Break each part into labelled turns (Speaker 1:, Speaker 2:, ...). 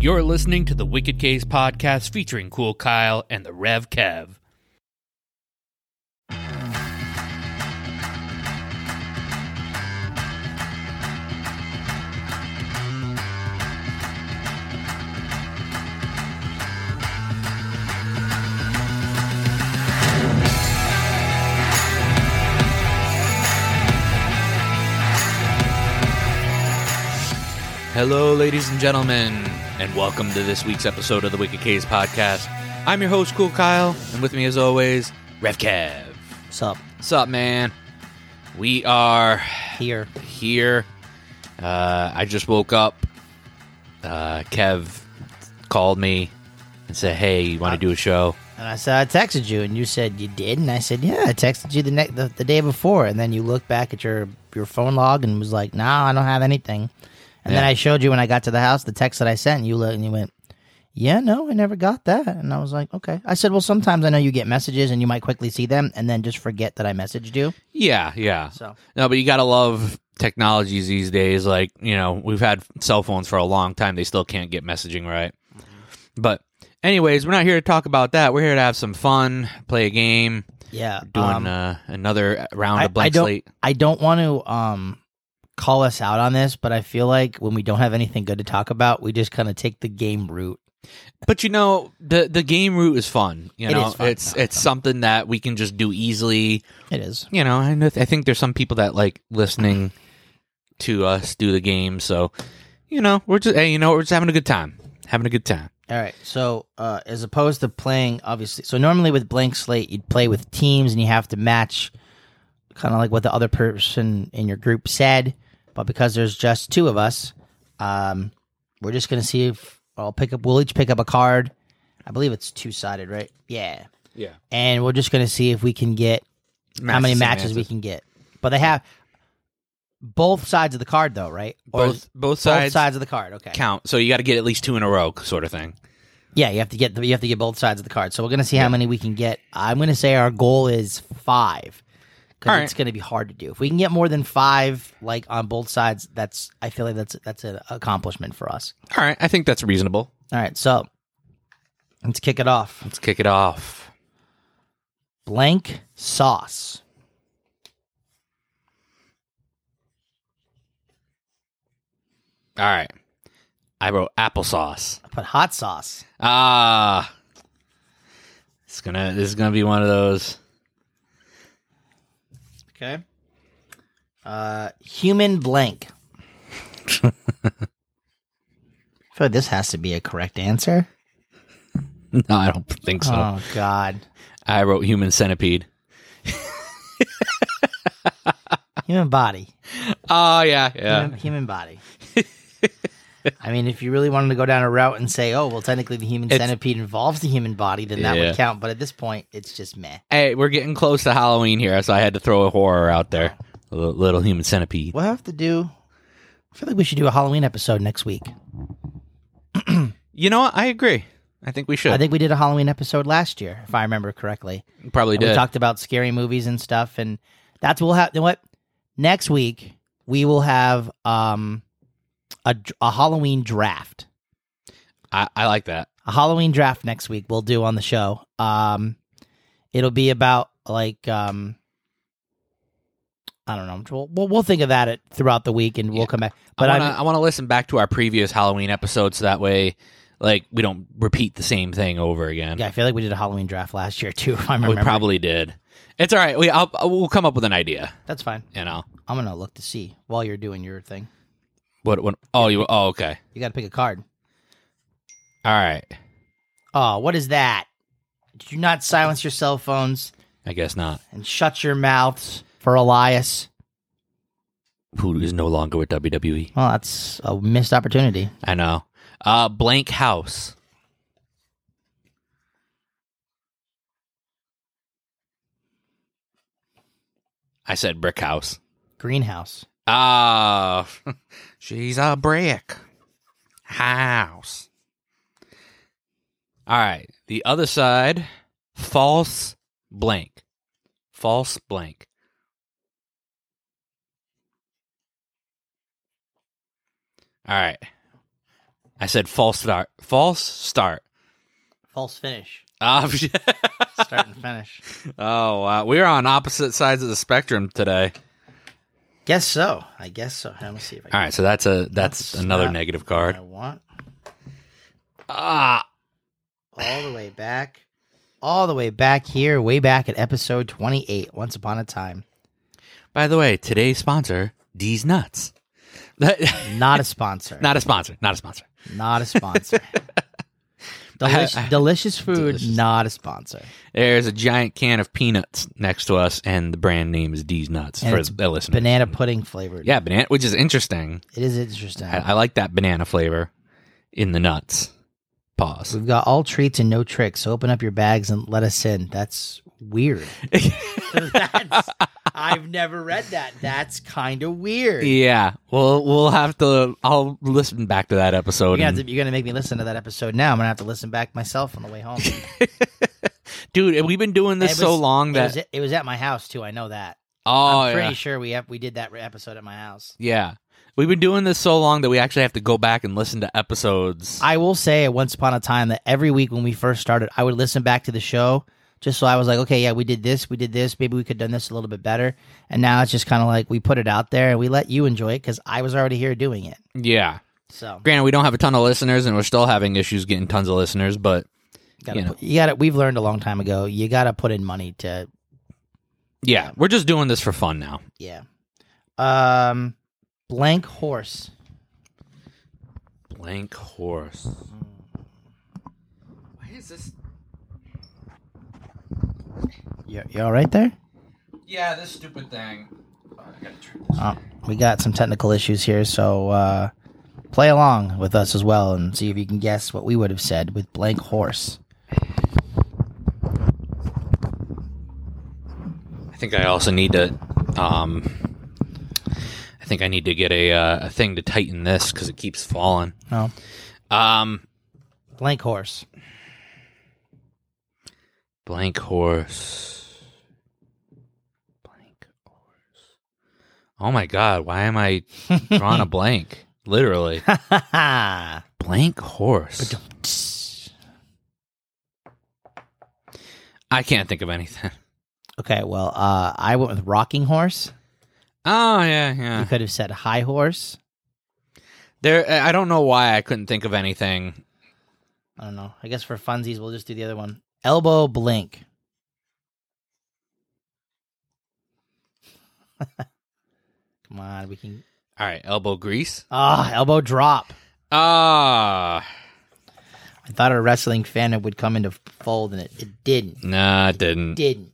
Speaker 1: You're listening to the Wicked Case podcast featuring Cool Kyle and the Rev Kev. Hello, ladies and gentlemen, and welcome to this week's episode of the Wicked Case podcast. I'm your host, Cool Kyle, and with me, as always, Rev Kev.
Speaker 2: Sup?
Speaker 1: Sup, man? We are
Speaker 2: Here.
Speaker 1: here. Uh, I just woke up. Uh, Kev called me and said, "Hey, you want to do a show?"
Speaker 2: And I said I texted you, and you said you did, and I said yeah, I texted you the next the, the day before, and then you looked back at your your phone log and was like, nah, I don't have anything. And then
Speaker 1: Yeah.
Speaker 2: I showed you when I got to the house the text that I sent, and you looked and you went, yeah, no, I never got that, and I was like, okay. I said, well, sometimes I know you get messages and you might quickly see them and then just forget that I messaged you.
Speaker 1: Yeah, yeah.
Speaker 2: So
Speaker 1: No, but you gotta love technologies these days. Like you know, we've had cell phones for a long time. They still can't get messaging right.
Speaker 2: Mm-hmm.
Speaker 1: But anyways, we're not here to talk about that. We're here to have some fun, play a game,
Speaker 2: yeah,
Speaker 1: doing
Speaker 2: um,
Speaker 1: uh, another round
Speaker 2: I-
Speaker 1: of blank
Speaker 2: I don't-
Speaker 1: slate.
Speaker 2: I don't want to um call us out on this, but I feel like when we don't have anything good to talk about, we just kind of take the game route.
Speaker 1: But you know, the the game route is fun. You
Speaker 2: It
Speaker 1: know,
Speaker 2: is fun.
Speaker 1: it's it's something that we can just do easily.
Speaker 2: It is.
Speaker 1: you know, I, know I think there's some people that like listening to us do the game. So, you know, we're just hey, you know, we're just having a good time, having a good time.
Speaker 2: All right. So, uh, as opposed to playing, obviously, so normally with blank slate, you'd play with teams and you have to match kind of like what the other person in your group said. But because there's just two of us, um, we're just going to see if I'll pick up, we'll each pick up a card. I believe it's two sided, right? Yeah.
Speaker 1: Yeah.
Speaker 2: And we're just going to see if we can get how many matches we can get. But they have both sides of the card, though, right? Or is-
Speaker 1: both both sides,
Speaker 2: both sides of the card. Okay.
Speaker 1: count. So you got to get at least two in a row, sort of thing.
Speaker 2: Yeah, you have to get the, you have to get both sides of the card. So we're gonna see how many we can get. I'm gonna say our goal is five because
Speaker 1: All right.
Speaker 2: it's gonna be hard to do. If we can get more than five, like on both sides, that's I feel like that's that's an accomplishment for us.
Speaker 1: All right, I think that's reasonable.
Speaker 2: All right, so let's kick it off.
Speaker 1: Let's kick it off.
Speaker 2: Blank sauce.
Speaker 1: All right, I wrote applesauce.
Speaker 2: I put hot sauce.
Speaker 1: Ah, it's gonna this is gonna be one of those.
Speaker 2: Okay. Uh, human blank. I feel like this has to be a correct answer.
Speaker 1: No, I don't think so.
Speaker 2: Oh God.
Speaker 1: I wrote human centipede.
Speaker 2: Human body.
Speaker 1: Oh yeah, yeah.
Speaker 2: human, human body. I mean, if you really wanted to go down a route and say, "Oh, well, technically the human
Speaker 1: It's-
Speaker 2: centipede involves the human body," then that
Speaker 1: Yeah.
Speaker 2: would count. But at this point, it's just meh.
Speaker 1: Hey, we're getting close to Halloween here, so I had to throw a horror out there. A li- little human centipede.
Speaker 2: We'll have to do. I feel like we should do a Halloween episode next week.
Speaker 1: You know what? I agree. I think we should.
Speaker 2: I think we did a Halloween episode last year, if I remember correctly.
Speaker 1: probably
Speaker 2: And we
Speaker 1: did.
Speaker 2: talked about scary movies and stuff, and that's what we'll have. You know what? Next week we will have um a dr- a Halloween draft.
Speaker 1: I, I like that.
Speaker 2: a Halloween draft next week we'll do on the show. Um it'll be about like um I don't know. We'll, we'll, we'll think about it throughout the week and we'll
Speaker 1: Yeah.
Speaker 2: come back.
Speaker 1: But
Speaker 2: But
Speaker 1: I
Speaker 2: I'm-
Speaker 1: wanna, I want to listen back to our previous Halloween episode, so that way, like, we don't repeat the same thing over again.
Speaker 2: yeah, I feel like we did a Halloween draft last year too, if I
Speaker 1: we
Speaker 2: remember.
Speaker 1: probably did. It's all right. We I'll, we'll come up with an idea.
Speaker 2: That's fine.
Speaker 1: You know
Speaker 2: I'm going to look to see while you're doing your thing.
Speaker 1: what? What? Oh, you. Oh, okay.
Speaker 2: You got to pick a card.
Speaker 1: All right.
Speaker 2: Oh, what is that? Did you not silence your cell phones
Speaker 1: I guess not.
Speaker 2: and shut your mouths for Elias?
Speaker 1: Who is no longer with WWE?
Speaker 2: Well, that's a missed opportunity.
Speaker 1: I know. Uh, blank house. I said brick house.
Speaker 2: Greenhouse.
Speaker 1: Ah, she's a brick house. All right. The other side, false blank. False blank. All right. I said false start. False start.
Speaker 2: False finish.
Speaker 1: Ah,
Speaker 2: Start and finish.
Speaker 1: oh, wow. We're on opposite sides of the spectrum today.
Speaker 2: guess so. I guess so. Let me see if I
Speaker 1: All right, so that's a that's,
Speaker 2: That's
Speaker 1: another
Speaker 2: not-
Speaker 1: negative
Speaker 2: what
Speaker 1: card.
Speaker 2: I want.
Speaker 1: Ah,
Speaker 2: All the way back. All the way back here, way back at episode 28, Once Upon a Time.
Speaker 1: by the way, today's sponsor, D's Nuts. That-
Speaker 2: Not a sponsor.
Speaker 1: not a sponsor. Not a sponsor.
Speaker 2: Not a sponsor. Delish, delicious food,
Speaker 1: Delicious.
Speaker 2: not a sponsor.
Speaker 1: There's a giant can of peanuts next to us, and the brand name is D's Nuts
Speaker 2: And
Speaker 1: for
Speaker 2: it's
Speaker 1: the listeners.
Speaker 2: Banana pudding flavored.
Speaker 1: yeah, banana, which is interesting.
Speaker 2: It is interesting.
Speaker 1: I, I like that banana flavor in the nuts. Pause.
Speaker 2: We've got all treats and no tricks. So open up your bags and let us in. That's weird. That's, I've never read that. That's kind of weird.
Speaker 1: Yeah, well, we'll have to. I'll listen back to that episode.
Speaker 2: You're gonna,
Speaker 1: and-
Speaker 2: have to, you're gonna make me listen to that episode now. I'm gonna have to listen back myself on the way home. It
Speaker 1: Dude, we've been doing this
Speaker 2: was-
Speaker 1: so long
Speaker 2: it was,
Speaker 1: that
Speaker 2: at- it was at my house too. I know that.
Speaker 1: oh
Speaker 2: I'm pretty
Speaker 1: yeah.
Speaker 2: sure we have, we did that episode at my house.
Speaker 1: yeah, we've been doing this so long that we actually have to go back and listen to episodes.
Speaker 2: I will say, once upon a time, that every week when we first started, I would listen back to the show just so I was like, okay, yeah, we did this, we did this, maybe we could have done this a little bit better. And now it's just kind of like we put it out there and we let you enjoy it because I was already here doing it.
Speaker 1: yeah,
Speaker 2: So
Speaker 1: granted, we don't have a ton of listeners, and we're still having issues getting tons of listeners, but
Speaker 2: gotta
Speaker 1: you know.
Speaker 2: put- you got to We've learned a long time ago. You got to put in money to
Speaker 1: yeah, we're just doing this for fun now.
Speaker 2: yeah. Um, blank horse.
Speaker 1: Blank horse. Why is this?
Speaker 2: You, you all right there?
Speaker 1: Yeah, this stupid thing. Oh, I gotta turn this.
Speaker 2: Oh, we got some technical issues here, so uh, play along with us as well and see if you can guess what we would have said with blank horse.
Speaker 1: I think I also need to. Um, I think I need to get a uh, a thing to tighten this because it keeps falling.
Speaker 2: No,
Speaker 1: Um,
Speaker 2: blank horse.
Speaker 1: Blank horse. Blank horse. Oh my god, why am I drawing a blank? Literally. Blank horse. I can't think of anything.
Speaker 2: okay, well, uh, I went with rocking horse.
Speaker 1: Oh yeah,
Speaker 2: You
Speaker 1: yeah.
Speaker 2: could have said high horse.
Speaker 1: There I don't know why I couldn't think of anything.
Speaker 2: I don't know. I guess for funsies, we'll just do the other one. Elbow blink. Come on, we can.
Speaker 1: All right, elbow grease.
Speaker 2: Ah, elbow drop.
Speaker 1: Ah,
Speaker 2: I thought a wrestling fan would come into fold, and it, it didn't.
Speaker 1: nah, it didn't.
Speaker 2: Didn't.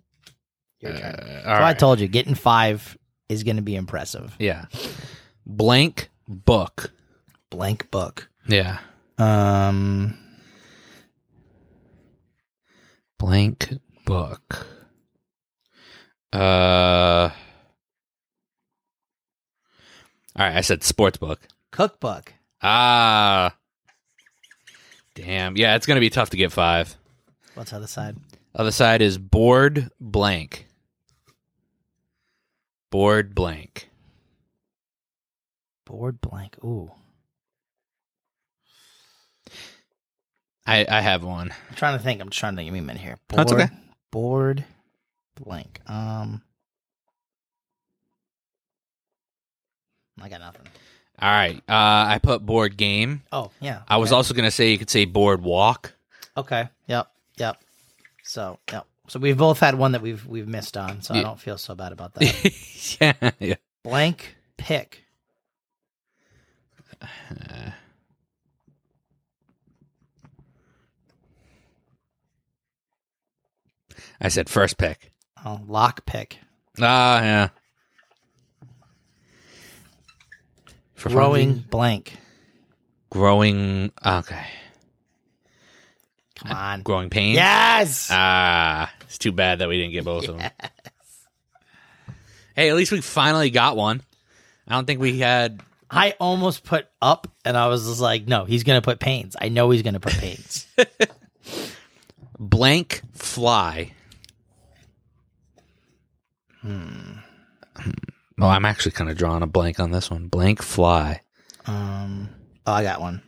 Speaker 2: Your
Speaker 1: Uh,
Speaker 2: turn.
Speaker 1: all
Speaker 2: So I
Speaker 1: right.
Speaker 2: told you, getting five is going to be impressive.
Speaker 1: Yeah. Blank book.
Speaker 2: Blank book.
Speaker 1: Yeah.
Speaker 2: Um,
Speaker 1: Blank book. Uh. All right, I said sports book.
Speaker 2: cookbook.
Speaker 1: Ah. Damn. Yeah, it's gonna be tough to get five.
Speaker 2: What's the other side?
Speaker 1: Other side is board blank. Board blank.
Speaker 2: Board blank. Ooh,
Speaker 1: I I have one.
Speaker 2: I'm trying to think. I'm trying to give me a minute here. Board,
Speaker 1: That's okay.
Speaker 2: Board blank. Um, I got nothing.
Speaker 1: All right. Uh, I put board game.
Speaker 2: Oh yeah.
Speaker 1: I was
Speaker 2: okay.
Speaker 1: also gonna say you could say board walk.
Speaker 2: okay. Yep. Yep. So yep. So we've both had one that we've we've missed on. So
Speaker 1: Yeah.
Speaker 2: I don't feel so bad about that.
Speaker 1: yeah. yeah.
Speaker 2: blank pick.
Speaker 1: I said first pick.
Speaker 2: Oh, lock pick.
Speaker 1: Ah, yeah. For fun-
Speaker 2: Growing blank.
Speaker 1: growing. Okay,
Speaker 2: Come on.
Speaker 1: growing pains.
Speaker 2: Yes.
Speaker 1: Ah, it's too bad that we didn't get both of them. Hey, at least we finally got one. I don't think we had.
Speaker 2: I almost put up, and I was just like, no, he's gonna put pains. I know he's gonna put pains.
Speaker 1: blank fly. Hmm. Well, I'm actually kind of drawing a blank on this one. Blank fly.
Speaker 2: um. Oh, I got one.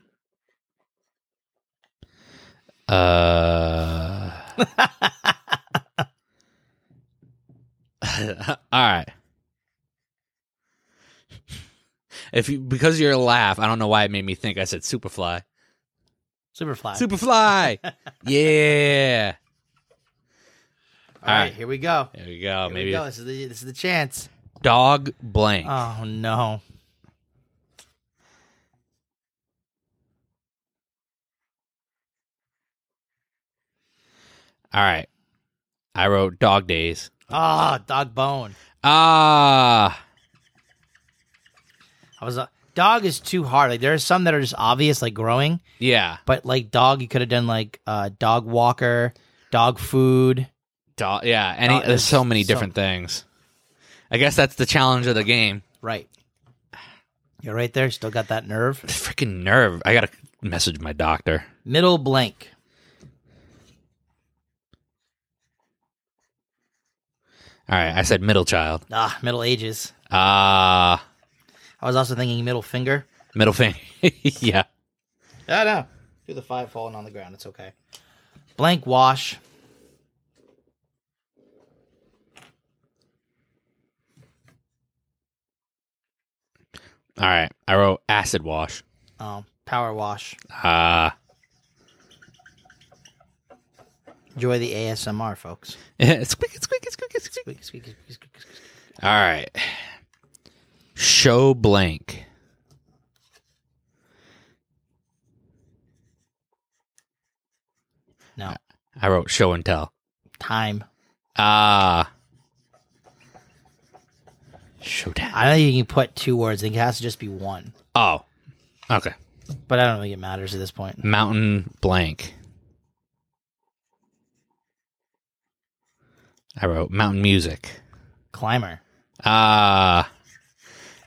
Speaker 1: Uh. All right. If you because you're a laugh, I don't know why it made me think I said Superfly.
Speaker 2: Superfly.
Speaker 1: Superfly. yeah.
Speaker 2: All right,
Speaker 1: Alright.
Speaker 2: here we go.
Speaker 1: There we go.
Speaker 2: Here
Speaker 1: Oh, Maybe
Speaker 2: we go. This is the this is the chance.
Speaker 1: dog blank.
Speaker 2: Oh no.
Speaker 1: All right. I wrote dog days.
Speaker 2: Ah, dog bone.
Speaker 1: Ah.
Speaker 2: I was uh, dog is too hard. Like there are some that are just obvious, like growing,
Speaker 1: Yeah.
Speaker 2: but like dog, you could have done like uh, dog walker, dog food.
Speaker 1: Dog. Yeah. Any.
Speaker 2: Dog-
Speaker 1: there's so many
Speaker 2: so-
Speaker 1: different things. I guess that's the challenge of the game.
Speaker 2: Right. You're right there. Still got that nerve.
Speaker 1: Freaking nerve. I gotta message my doctor.
Speaker 2: Middle blank.
Speaker 1: All right. I said middle child.
Speaker 2: Ah, middle ages.
Speaker 1: Ah.
Speaker 2: I was also thinking middle finger.
Speaker 1: middle finger. yeah.
Speaker 2: I know. Do the five falling on the ground. It's okay. Blank wash.
Speaker 1: All right. I wrote acid wash.
Speaker 2: Um, power wash.
Speaker 1: Ah.
Speaker 2: Enjoy the ASMR, folks.
Speaker 1: squeak, squeak, squeak, squeak, squeak.
Speaker 2: Squeak, squeak, squeak, squeak, squeak, squeak.
Speaker 1: All right. Show blank.
Speaker 2: No.
Speaker 1: I wrote show and tell.
Speaker 2: Time.
Speaker 1: Ah. Showdown.
Speaker 2: I don't think you can put two words. I think it has to just be one.
Speaker 1: Oh. Okay.
Speaker 2: But I don't think it matters at this point.
Speaker 1: Mountain blank. I wrote mountain music.
Speaker 2: Climber.
Speaker 1: Ah.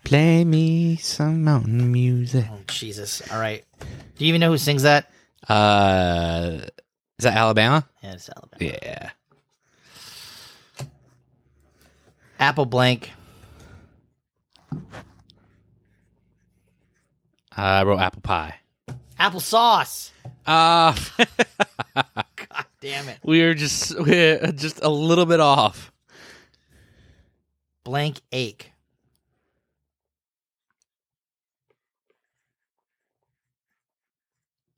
Speaker 1: Play me some mountain music.
Speaker 2: Oh, Jesus. All right. Do you even know who sings that?
Speaker 1: Uh is that Alabama?
Speaker 2: Yeah, it's Alabama.
Speaker 1: Yeah.
Speaker 2: Apple blank.
Speaker 1: I wrote apple pie.
Speaker 2: Applesauce.
Speaker 1: Ah,
Speaker 2: God damn it.
Speaker 1: we are just we're just a little bit off.
Speaker 2: Blank ache.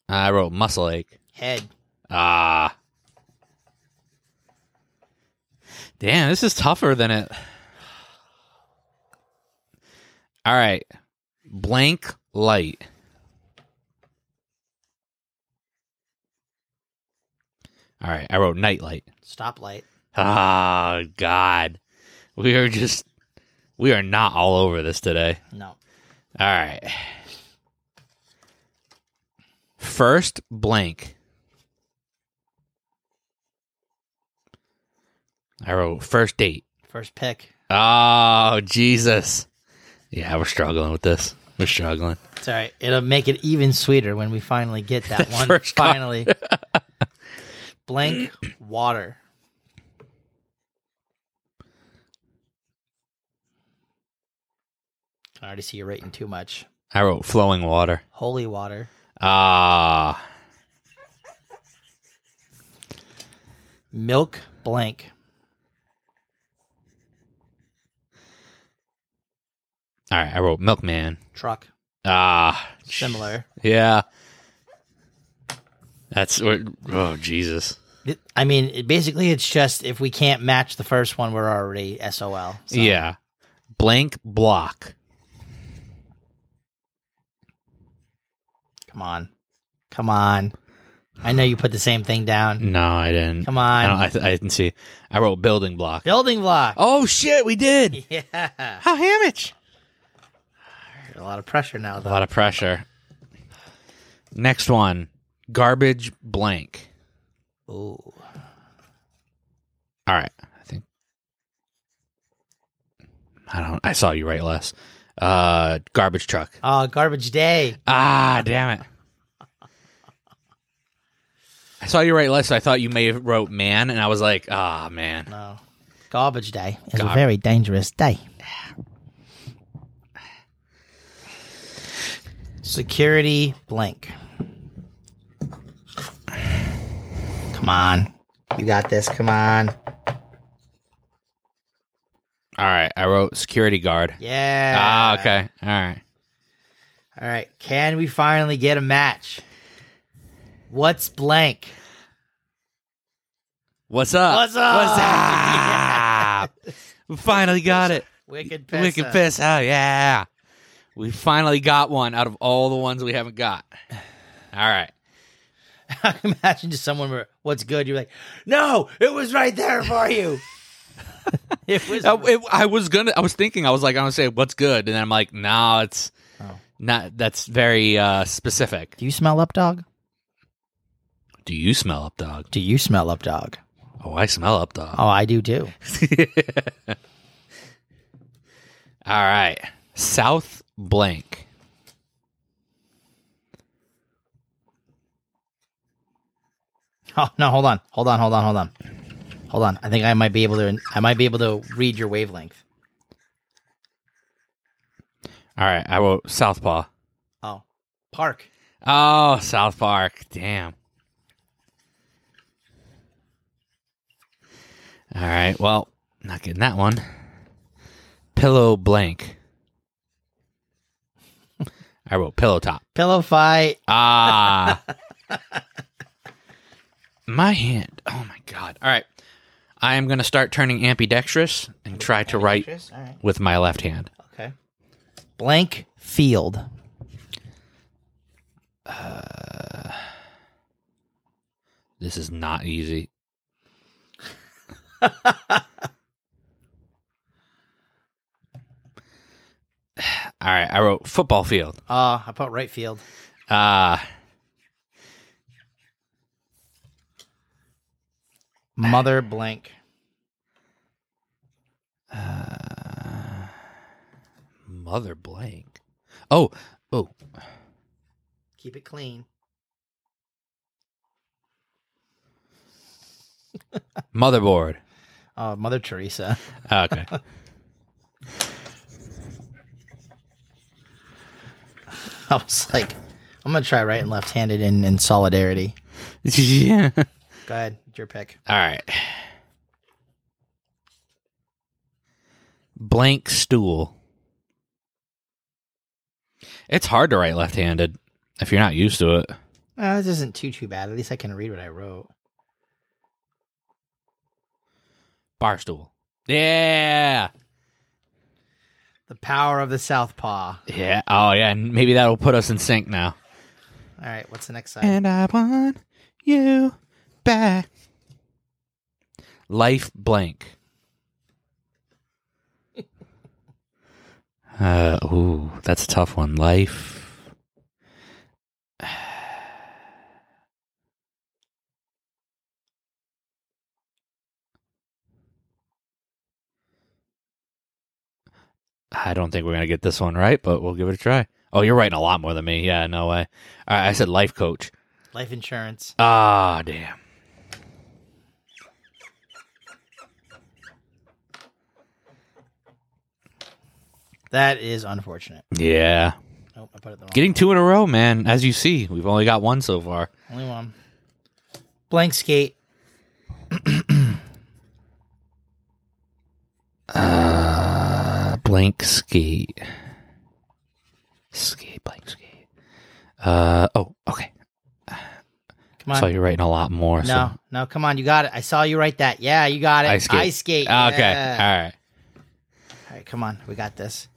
Speaker 1: I wrote muscle ache.
Speaker 2: Head.
Speaker 1: Ah. Damn, this is tougher than it. All right. Blank light. All right, I wrote nightlight.
Speaker 2: Stoplight.
Speaker 1: Ah, God. We are just, we are not all over this today.
Speaker 2: No.
Speaker 1: All right. First blank. I wrote first date.
Speaker 2: First pick.
Speaker 1: Oh, Jesus. Yeah, we're struggling with this. We're struggling.
Speaker 2: It's all right. It'll make it even sweeter when we finally get that one.
Speaker 1: first one.
Speaker 2: finally. blank water. I already see you're rating too much.
Speaker 1: I wrote flowing water.
Speaker 2: Holy water.
Speaker 1: Ah,
Speaker 2: Milk blank.
Speaker 1: all right. I wrote milkman.
Speaker 2: Truck.
Speaker 1: Ah,
Speaker 2: Similar.
Speaker 1: yeah. That's we're- oh Jesus.
Speaker 2: Th- I mean, it- basically, it's just if we can't match the first one, we're already SOL. So.
Speaker 1: Yeah. Blank block.
Speaker 2: Come on. Come on. I know you put the same thing down.
Speaker 1: No, I didn't.
Speaker 2: Come
Speaker 1: I, don't,
Speaker 2: on.
Speaker 1: Mm. I, th- I didn't see. I wrote building block.
Speaker 2: Building block.
Speaker 1: Oh shit, we did.
Speaker 2: Yeah.
Speaker 1: How hamich?
Speaker 2: A lot of pressure now,
Speaker 1: A
Speaker 2: though.
Speaker 1: lot of pressure. Next one, garbage blank.
Speaker 2: Ooh.
Speaker 1: All right, I think. I don't. I saw you write less. Uh, garbage truck.
Speaker 2: Oh, garbage day.
Speaker 1: Ah, damn it. I saw you write less. so I thought you may have wrote man, and I was like, ah, man.
Speaker 2: No. Garbage day is
Speaker 1: Gar-
Speaker 2: a very dangerous day. Security blank. Come on. You got this. Come on.
Speaker 1: All right. I wrote security guard.
Speaker 2: Yeah.
Speaker 1: Ah, okay. All right.
Speaker 2: All right. Can we finally get a match? What's blank?
Speaker 1: What's up?
Speaker 2: What's up?
Speaker 1: What's up? we finally got it.
Speaker 2: Wicked Pissa.
Speaker 1: Wicked piss. Oh yeah. We finally got one out of all the ones we haven't got. All right.
Speaker 2: I can imagine just someone were, what's good? You're like, no, it was right there for you. it was.
Speaker 1: I, it- I was gonna. I was thinking. I was like, I'm gonna say what's good, and then I'm like, no, it's
Speaker 2: Oh.
Speaker 1: not. That's very uh, specific.
Speaker 2: Do you smell up dog?
Speaker 1: Do you smell up dog?
Speaker 2: Do you smell up dog?
Speaker 1: Oh, I smell up dog.
Speaker 2: Oh, I do too.
Speaker 1: all right. South blank.
Speaker 2: Oh no, hold on, hold on, hold on, hold on, hold on. I think I might be able to. I might be able to read your wavelength.
Speaker 1: All right. I wrote Southpaw.
Speaker 2: Oh, park.
Speaker 1: Oh, South Park. Damn. All right. Well, not getting that one. Pillow blank. I wrote pillow top.
Speaker 2: Pillow fight.
Speaker 1: Ah. my hand. Oh my god. All right. I am going to start turning ambidextrous and try to write
Speaker 2: All right.
Speaker 1: with my left hand.
Speaker 2: Okay. Blank field.
Speaker 1: This is not easy. All right, I wrote football field.
Speaker 2: Uh, I put right field.
Speaker 1: Ah,
Speaker 2: Mother blank.
Speaker 1: mother blank. Oh, oh,
Speaker 2: Keep it clean.
Speaker 1: motherboard.
Speaker 2: Oh, Mother Teresa.
Speaker 1: Okay.
Speaker 2: I was like, I'm gonna try right and left-handed in in solidarity.
Speaker 1: yeah. All
Speaker 2: Go ahead, it's your pick.
Speaker 1: right. Blank stool. It's hard to write left-handed if you're not used to it.
Speaker 2: Uh, this isn't too too bad. At least I can read what I wrote.
Speaker 1: Barstool. Yeah.
Speaker 2: The power of the southpaw.
Speaker 1: Yeah. Oh, yeah. And maybe that'll put us in sync now.
Speaker 2: All right, what's the next side?
Speaker 1: And I want you back. Life blank. uh, ooh, that's a tough one. Life. I don't think we're gonna get this one right, but we'll give it a try. Oh, you're writing a lot more than me. Yeah, no way. All right, I said life coach.
Speaker 2: Life insurance.
Speaker 1: Ah, damn.
Speaker 2: That is unfortunate.
Speaker 1: Yeah.
Speaker 2: Nope, I put it the wrong.
Speaker 1: Getting two in a row, man. As you see, we've only got one so far.
Speaker 2: Only one. Blank skate.
Speaker 1: Uh, blank skate. Skate, blank skate. Uh, oh, okay.
Speaker 2: Come on.
Speaker 1: So you're writing a lot more.
Speaker 2: no,
Speaker 1: So.
Speaker 2: no, come on. You got it. I saw you write that. Yeah, you got it.
Speaker 1: Ice skate.
Speaker 2: Ice skate. Ah,
Speaker 1: Okay.
Speaker 2: yeah.
Speaker 1: All right.
Speaker 2: All right, come on. We got this.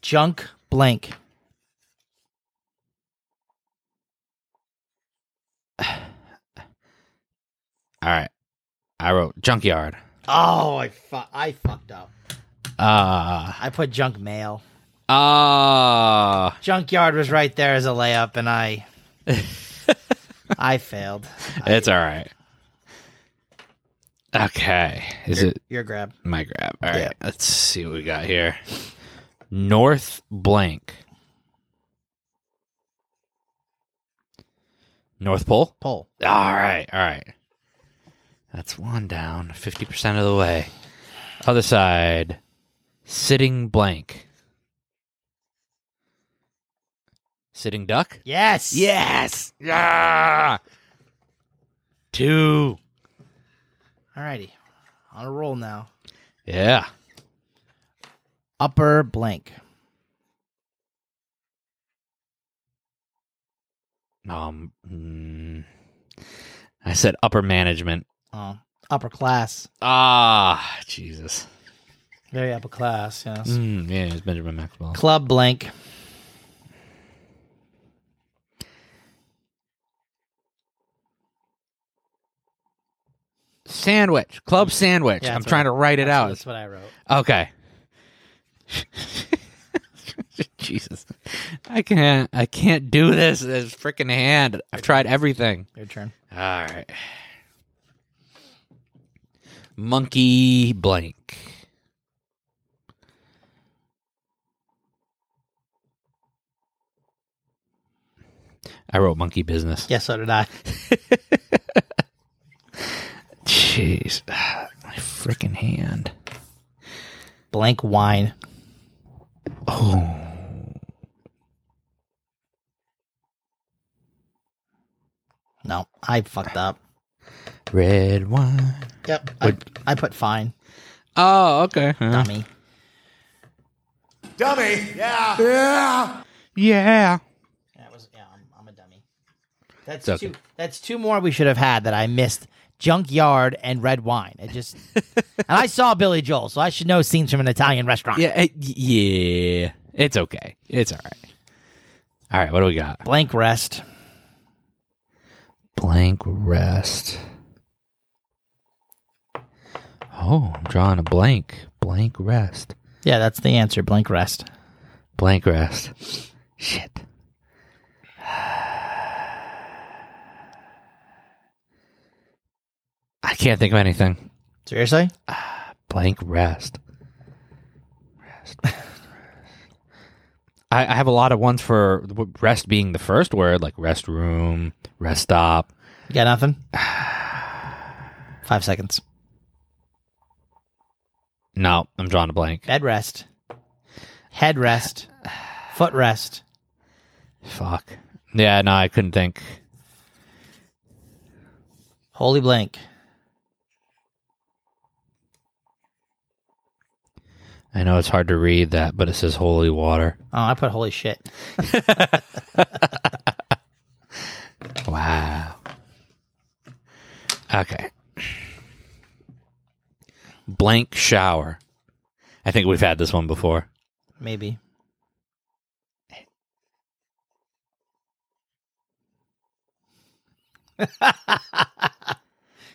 Speaker 2: Junk blank.
Speaker 1: All right. I wrote junkyard.
Speaker 2: Oh, I fu- I fucked up.
Speaker 1: Ah.
Speaker 2: I put junk mail.
Speaker 1: ah.
Speaker 2: Junkyard was right there as a layup, and I, I failed. I-
Speaker 1: it's all right. Okay. Is it
Speaker 2: your grab.
Speaker 1: my grab? All right.
Speaker 2: Yeah.
Speaker 1: Let's see what we got here. North blank. North Pole?
Speaker 2: Pull.
Speaker 1: All right, all right. That's one down, 50% of the way. Other side, sitting blank. Sitting duck?
Speaker 2: Yes.
Speaker 1: Yes! Yeah! two.
Speaker 2: Alrighty. On a roll now.
Speaker 1: Yeah.
Speaker 2: Upper blank.
Speaker 1: Um, mm, I said upper management.
Speaker 2: Oh, upper class.
Speaker 1: Ah, Jesus.
Speaker 2: Very upper class, yes.
Speaker 1: Mm, yeah, it's Benjamin Maxwell.
Speaker 2: Club blank.
Speaker 1: Sandwich. Club sandwich.
Speaker 2: Yeah,
Speaker 1: I'm
Speaker 2: that's
Speaker 1: trying to write it out.
Speaker 2: That's what I wrote.
Speaker 1: Okay. Jesus. I can't I can't do this this freaking hand. I've tried everything.
Speaker 2: Your turn.
Speaker 1: All right. Monkey blank. I wrote monkey business.
Speaker 2: Yes, so did I.
Speaker 1: Jeez. My freaking hand.
Speaker 2: Blank wine.
Speaker 1: Oh.
Speaker 2: No, I fucked up.
Speaker 1: Red wine.
Speaker 2: Yep. I, I put fine.
Speaker 1: Oh, okay. Yeah.
Speaker 2: Dummy.
Speaker 1: Yeah.
Speaker 2: That was yeah. I'm, I'm a dummy. That's
Speaker 1: It's okay.
Speaker 2: two. That's two more we should have had that I missed. Junkyard and red wine. It just and I saw Billy Joel, so I should know scenes from an Italian restaurant.
Speaker 1: Yeah. eh, yeah. It's okay. It's all right. All right. What do we got?
Speaker 2: Blank rest.
Speaker 1: Blank rest. Oh, I'm drawing a blank. Blank rest.
Speaker 2: Yeah, that's the answer. Blank rest.
Speaker 1: Blank rest. Shit. I can't think of anything.
Speaker 2: Seriously?
Speaker 1: blank rest. Rest. rest, rest. I, I have a lot of ones for w- rest being the first word, like restroom, rest stop.
Speaker 2: You got nothing? Five seconds.
Speaker 1: No, I'm drawing a blank.
Speaker 2: Bed rest. Head rest. Foot rest.
Speaker 1: Fuck. Yeah, no, I couldn't think.
Speaker 2: Holy blank.
Speaker 1: I know it's hard to read that, but it says holy water.
Speaker 2: Oh, I put holy shit.
Speaker 1: Wow. Okay. Blank shower. I think we've had this one before.
Speaker 2: Maybe.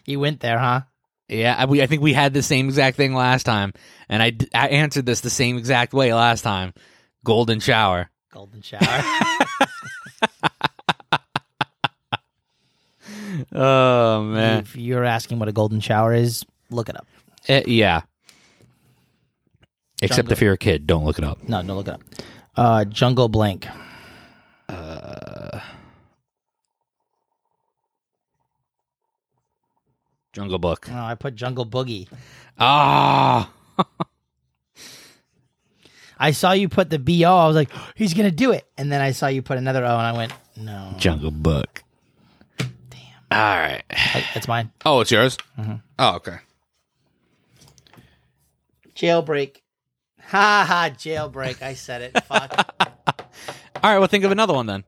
Speaker 2: you went there, huh?
Speaker 1: Yeah, I, we, I think we had the same exact thing last time, and I, d- I answered this the same exact way last time. Golden shower.
Speaker 2: Golden shower.
Speaker 1: Oh man,
Speaker 2: if you're asking what a golden shower is, look it up.
Speaker 1: Eh, yeah. Except
Speaker 2: Jungle.
Speaker 1: if you're a kid, don't look it up.
Speaker 2: No, no, look it up. Uh, jungle blank.
Speaker 1: Jungle Book.
Speaker 2: No, Oh, I put jungle boogie.
Speaker 1: Ah,
Speaker 2: I saw you put the BO. I was like, he's going to do it. And then I saw you put another O and I went, no.
Speaker 1: Jungle Book. Damn. All right.
Speaker 2: Hey, That's mine.
Speaker 1: Oh, it's yours. Oh, okay.
Speaker 2: Jailbreak. Ha ha, jailbreak. I said it. Fuck.
Speaker 1: All right. Well, think of another one then.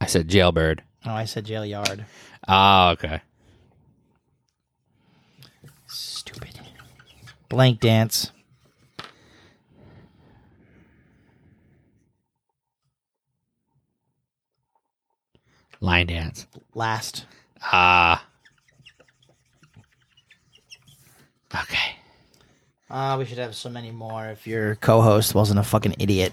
Speaker 1: I said jailbird.
Speaker 2: No, Oh, I said jail yard.
Speaker 1: Ah, okay.
Speaker 2: Stupid. Blank dance.
Speaker 1: Line dance.
Speaker 2: Last.
Speaker 1: Ah. Okay.
Speaker 2: Ah, we should have so many more if your co-host wasn't a fucking idiot.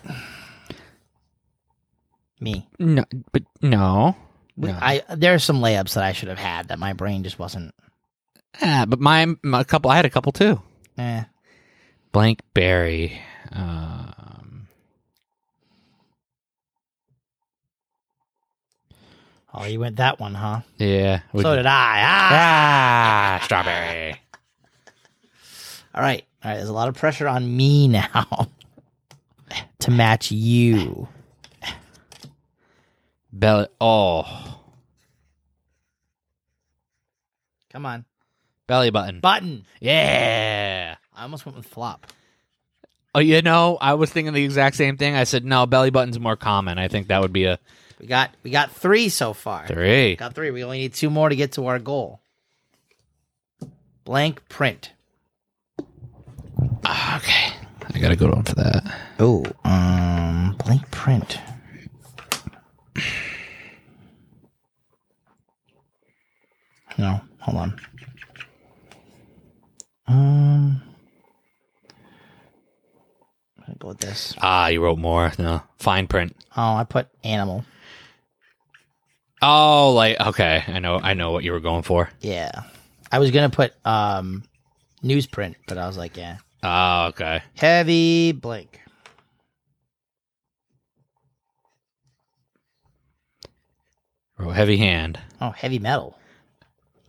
Speaker 2: Me.
Speaker 1: No, but no.
Speaker 2: We-
Speaker 1: No.
Speaker 2: I there are some layups that I should have had that my brain just wasn't.
Speaker 1: Ah, but my, my couple. I had a couple too.
Speaker 2: Eh.
Speaker 1: Blank Barry. Um,
Speaker 2: Oh, you went that one, huh?
Speaker 1: yeah. would-
Speaker 2: So did I. Ah.
Speaker 1: ah, strawberry.
Speaker 2: All right. All right, there's a lot of pressure on me now to match you.
Speaker 1: Bell. Oh,
Speaker 2: Come on.
Speaker 1: belly button.
Speaker 2: Button.
Speaker 1: Yeah.
Speaker 2: I almost went with flop.
Speaker 1: Oh, you know, I was thinking the exact same thing. I said no, belly button's more common. I think that would be a
Speaker 2: We got we got 3 so far.
Speaker 1: three.
Speaker 2: Got 3. We only need two more to get to our goal. Blank print.
Speaker 1: Ah, Okay, I got a good one for that.
Speaker 2: Oh, um blank print. No, hold on. Um I'm gonna go with this.
Speaker 1: Ah, you wrote more. No, fine print.
Speaker 2: Oh, I put animal.
Speaker 1: Oh, like okay, I know, I know what you were going for.
Speaker 2: Yeah. I was gonna put um newsprint, but I was like, yeah.
Speaker 1: Oh, okay.
Speaker 2: Heavy blank.
Speaker 1: Wrote heavy hand.
Speaker 2: Oh, heavy metal.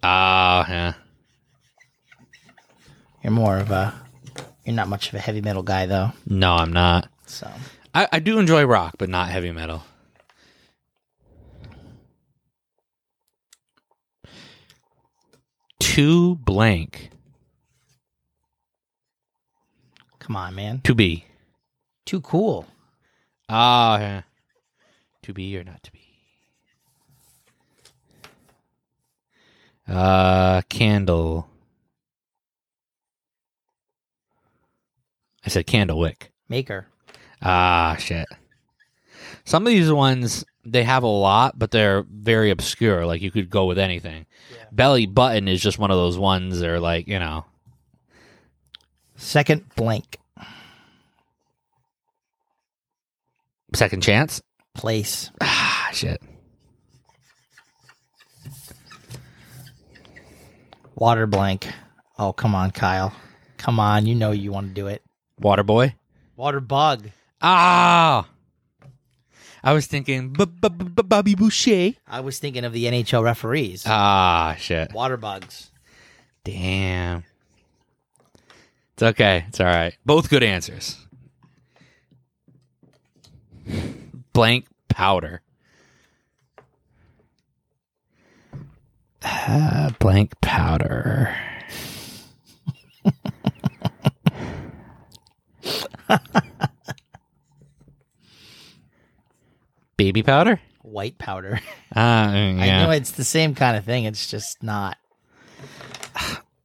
Speaker 1: Ah, yeah.
Speaker 2: You're more of a you're not much of a heavy metal guy though.
Speaker 1: No, I'm not.
Speaker 2: So
Speaker 1: I, I do enjoy rock, but not heavy metal. Two blank
Speaker 2: come on, man.
Speaker 1: to be.
Speaker 2: Too cool.
Speaker 1: Ah, yeah. to be or not to be. Uh, candle. I said candle wick.
Speaker 2: Maker.
Speaker 1: Ah, shit. Some of these ones they have a lot, but they're very obscure. Like you could go with anything.
Speaker 2: Yeah.
Speaker 1: Belly button is just one of those ones. that are like you know.
Speaker 2: Second blank
Speaker 1: Second chance.
Speaker 2: place.
Speaker 1: Ah, shit.
Speaker 2: Water blank. Oh come on, Kyle. Come on, you know you want to do it.
Speaker 1: Water boy.
Speaker 2: Water bug.
Speaker 1: Ah. I was thinking bu- bu- bu- Bobby Boucher.
Speaker 2: I was thinking of the NHL referees.
Speaker 1: Ah, shit.
Speaker 2: Water bugs.
Speaker 1: Damn. It's okay. It's all right. Both good answers. Blank powder. Ah, blank powder. Baby powder?
Speaker 2: White powder.
Speaker 1: Ah, yeah.
Speaker 2: I know it's the same kind of thing. It's just not.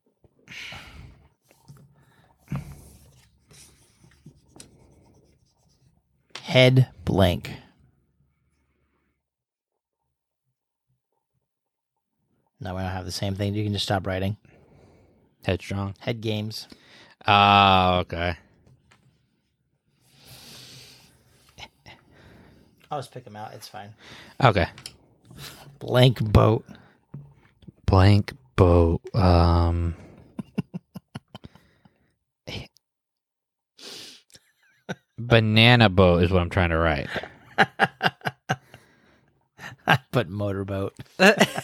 Speaker 2: Head blank. No, we don't have the same thing. You can just stop writing.
Speaker 1: Headstrong.
Speaker 2: Head games.
Speaker 1: Ah, okay.
Speaker 2: I'll just pick them out. It's fine.
Speaker 1: Okay.
Speaker 2: Blank boat.
Speaker 1: blank boat um banana boat is what i'm trying to write
Speaker 2: but motorboat.
Speaker 1: that's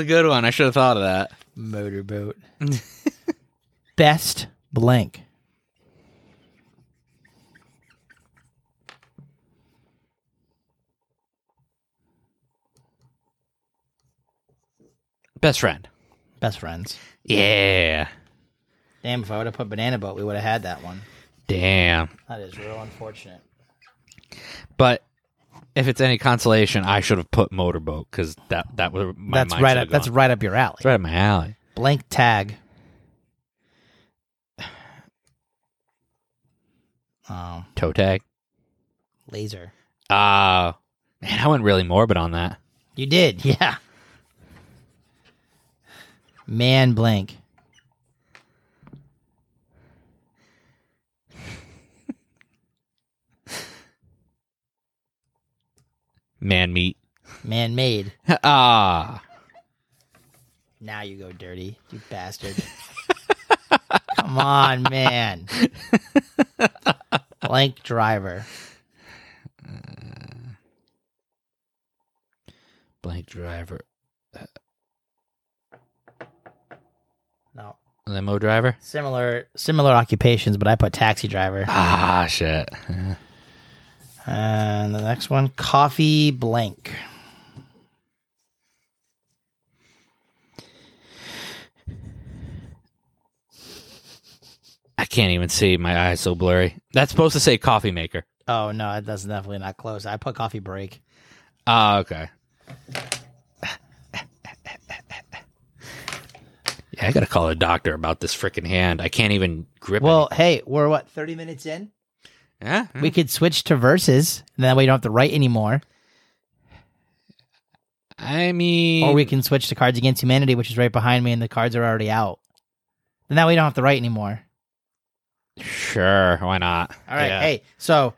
Speaker 1: a good one i should have thought of that
Speaker 2: Motorboat. Best blank.
Speaker 1: best friend
Speaker 2: Best friends.
Speaker 1: yeah
Speaker 2: Damn, if I would have put banana boat, we would have had that one.
Speaker 1: damn
Speaker 2: That is real unfortunate.
Speaker 1: but if it's any consolation i should have put motorboat because that that was my
Speaker 2: that's
Speaker 1: mind
Speaker 2: right
Speaker 1: should
Speaker 2: up
Speaker 1: have
Speaker 2: that's
Speaker 1: gone.
Speaker 2: right up your alley.
Speaker 1: It's right up my alley
Speaker 2: Blank tag. Oh,
Speaker 1: toe tag
Speaker 2: laser.
Speaker 1: ah man i went really morbid on that
Speaker 2: You did, yeah. Man blank.
Speaker 1: man meat
Speaker 2: Man made.
Speaker 1: ah
Speaker 2: Now you go dirty, you bastard. Come on, man. Blank driver.
Speaker 1: blank driver
Speaker 2: No.
Speaker 1: limo driver.
Speaker 2: Similar similar occupations, but I put taxi driver.
Speaker 1: Ah, shit.
Speaker 2: And the next one, coffee blank.
Speaker 1: I can't even see. My eyes so blurry. That's supposed to say coffee maker.
Speaker 2: Oh no, that's definitely not close. I put coffee break.
Speaker 1: Ah, okay. Yeah, I gotta call a doctor about this freaking hand. I can't even grip Hmm?
Speaker 2: Well, hey, we're what thirty minutes in.
Speaker 1: it. Yeah,
Speaker 2: We could switch to verses, and that way you don't have to write anymore.
Speaker 1: I mean,
Speaker 2: Or we can switch to Cards Against Humanity, which is right behind me, and the cards are already out. Then that way you don't have to write anymore.
Speaker 1: sure, why not?
Speaker 2: All right.
Speaker 1: Yeah.
Speaker 2: Hey, so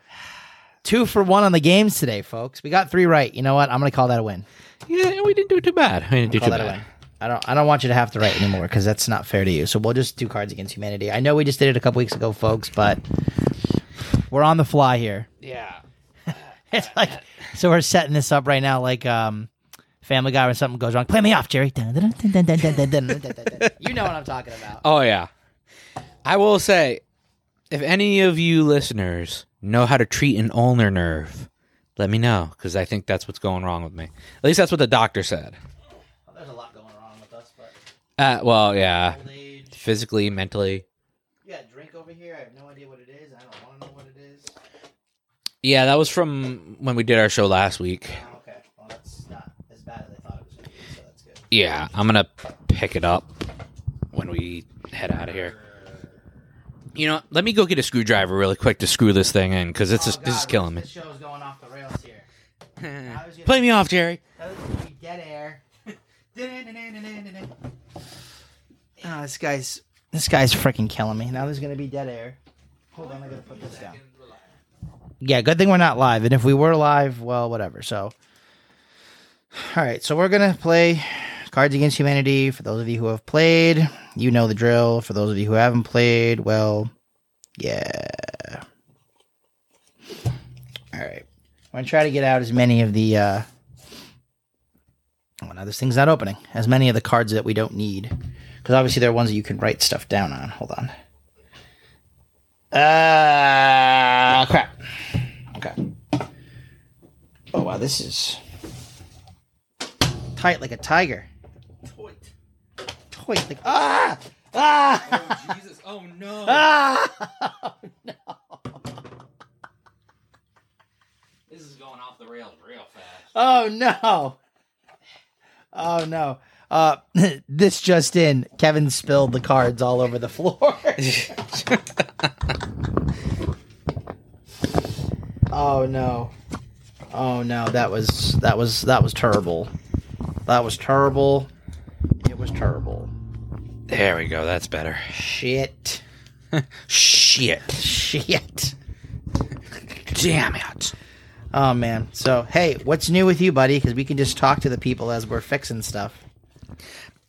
Speaker 2: two for one on the games today, folks. We got three right. You know what? I'm gonna call that a win.
Speaker 1: yeah, we didn't do too bad. We didn't do
Speaker 2: Call
Speaker 1: too
Speaker 2: that a
Speaker 1: bad.
Speaker 2: win. I don't. I don't want you to have to write anymore because that's not fair to you. So we'll just do Cards Against Humanity. I know we just did it a couple weeks ago, folks, but we're on the fly here.
Speaker 1: Yeah.
Speaker 2: It's like so we're setting this up right now, like um, Family Guy when something goes wrong. Play me off, Jerry. Dun, dun, dun, dun, dun, dun, dun, dun, dun, dun, dun. you know what I'm talking about.
Speaker 1: Oh yeah. I will say, if any of you listeners know how to treat an ulnar nerve, let me know because I think that's what's going wrong with me. At least that's what the doctor said.
Speaker 2: Oh, There's a lot going wrong with us, but
Speaker 1: Uh, well, yeah,
Speaker 2: old age.
Speaker 1: physically, mentally.
Speaker 2: You got a drink over here. I have no idea what it is. I don't want to know what it is.
Speaker 1: Yeah, that was from when we did our show last week.
Speaker 2: Oh, Okay, well that's not as bad as I thought it was going to be, so that's good.
Speaker 1: Yeah, I'm gonna pick it up when we head out of here. You know, let me go get a screwdriver really quick to screw this thing in because it's just, this is killing me.
Speaker 2: Oh, This show's going off the rails here.
Speaker 1: Play me off, Jerry.
Speaker 2: That was gonna be dead air. oh, this guy's this guy's freaking killing me. Now there's gonna be dead air. Hold on, I gotta put this down. Yeah, good thing we're not live. And if we were live, well, whatever. So, all right. So we're gonna play Cards Against Humanity. For those of you who have played, you know the drill. For those of you who haven't played, well, yeah. All right. I'm gonna try to get out as many of the. Uh, Oh, now this thing's not opening. As many of the cards that we don't need. Because obviously there are ones that you can write stuff down on. Hold on. Ah, crap. Okay. Oh, wow, this is tight like a tiger. Tight like, ah! Ah!
Speaker 1: Jesus! Oh no!
Speaker 2: ah!
Speaker 1: This is going off the rails real fast.
Speaker 2: Oh no. Oh no. Uh, this just in, Kevin spilled the cards all over the floor. oh no. Oh no, that was that was that was terrible. That was terrible. It was terrible.
Speaker 1: There we go. That's better.
Speaker 2: Shit.
Speaker 1: Shit!
Speaker 2: Shit.
Speaker 1: Damn it!
Speaker 2: Oh man. So, hey, what's new with you, buddy? Cuz we can just talk to the people as we're fixing stuff.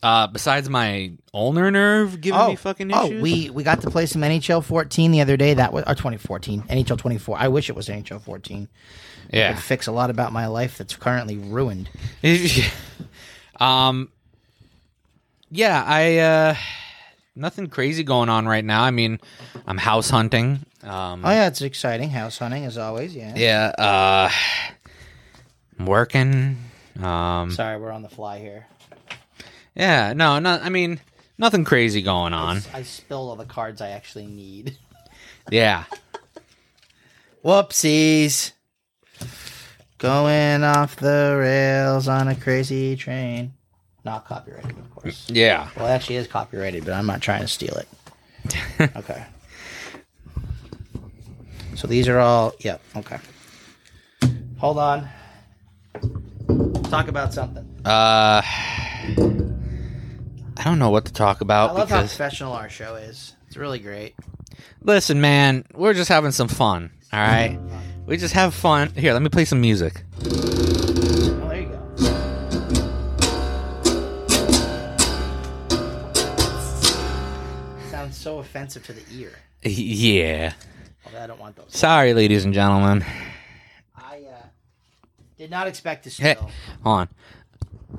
Speaker 1: Uh, besides my ulnar nerve giving me fucking issues.
Speaker 2: Oh, we we got to play some NHL 14 the other day. That was or 2014 NHL 24. I wish it was NHL 14. It
Speaker 1: yeah.
Speaker 2: fix a lot about my life that's currently ruined.
Speaker 1: Mm-hmm. um. Yeah, I uh, nothing crazy going on right now. I mean, I'm house hunting. Um,
Speaker 2: Oh yeah, it's exciting. House hunting as always. Yeah.
Speaker 1: yeah. Uh, I'm working. Um,
Speaker 2: Sorry, we're on the fly here.
Speaker 1: yeah. No, not. I mean, nothing crazy going on.
Speaker 2: I spilled all the cards I actually need.
Speaker 1: Yeah.
Speaker 2: Whoopsies. Going off the rails on a crazy train. Not copyrighted, of course.
Speaker 1: Yeah.
Speaker 2: Well, it actually is copyrighted, but I'm not trying to steal it. okay. So these are all, yeah, okay. Hold on. Talk about something.
Speaker 1: Uh, I don't know what to talk
Speaker 2: I
Speaker 1: about
Speaker 2: love how
Speaker 1: because
Speaker 2: professional our show is. It's really great.
Speaker 1: listen, man, we're just having some fun. All right, we just have fun. Here, let me play some music.
Speaker 2: Well, there you go. Sounds so offensive to the ear.
Speaker 1: Yeah.
Speaker 2: Although I don't want those.
Speaker 1: Sorry, ladies and gentlemen.
Speaker 2: I uh, did not expect to
Speaker 1: Hey,
Speaker 2: steal.
Speaker 1: hold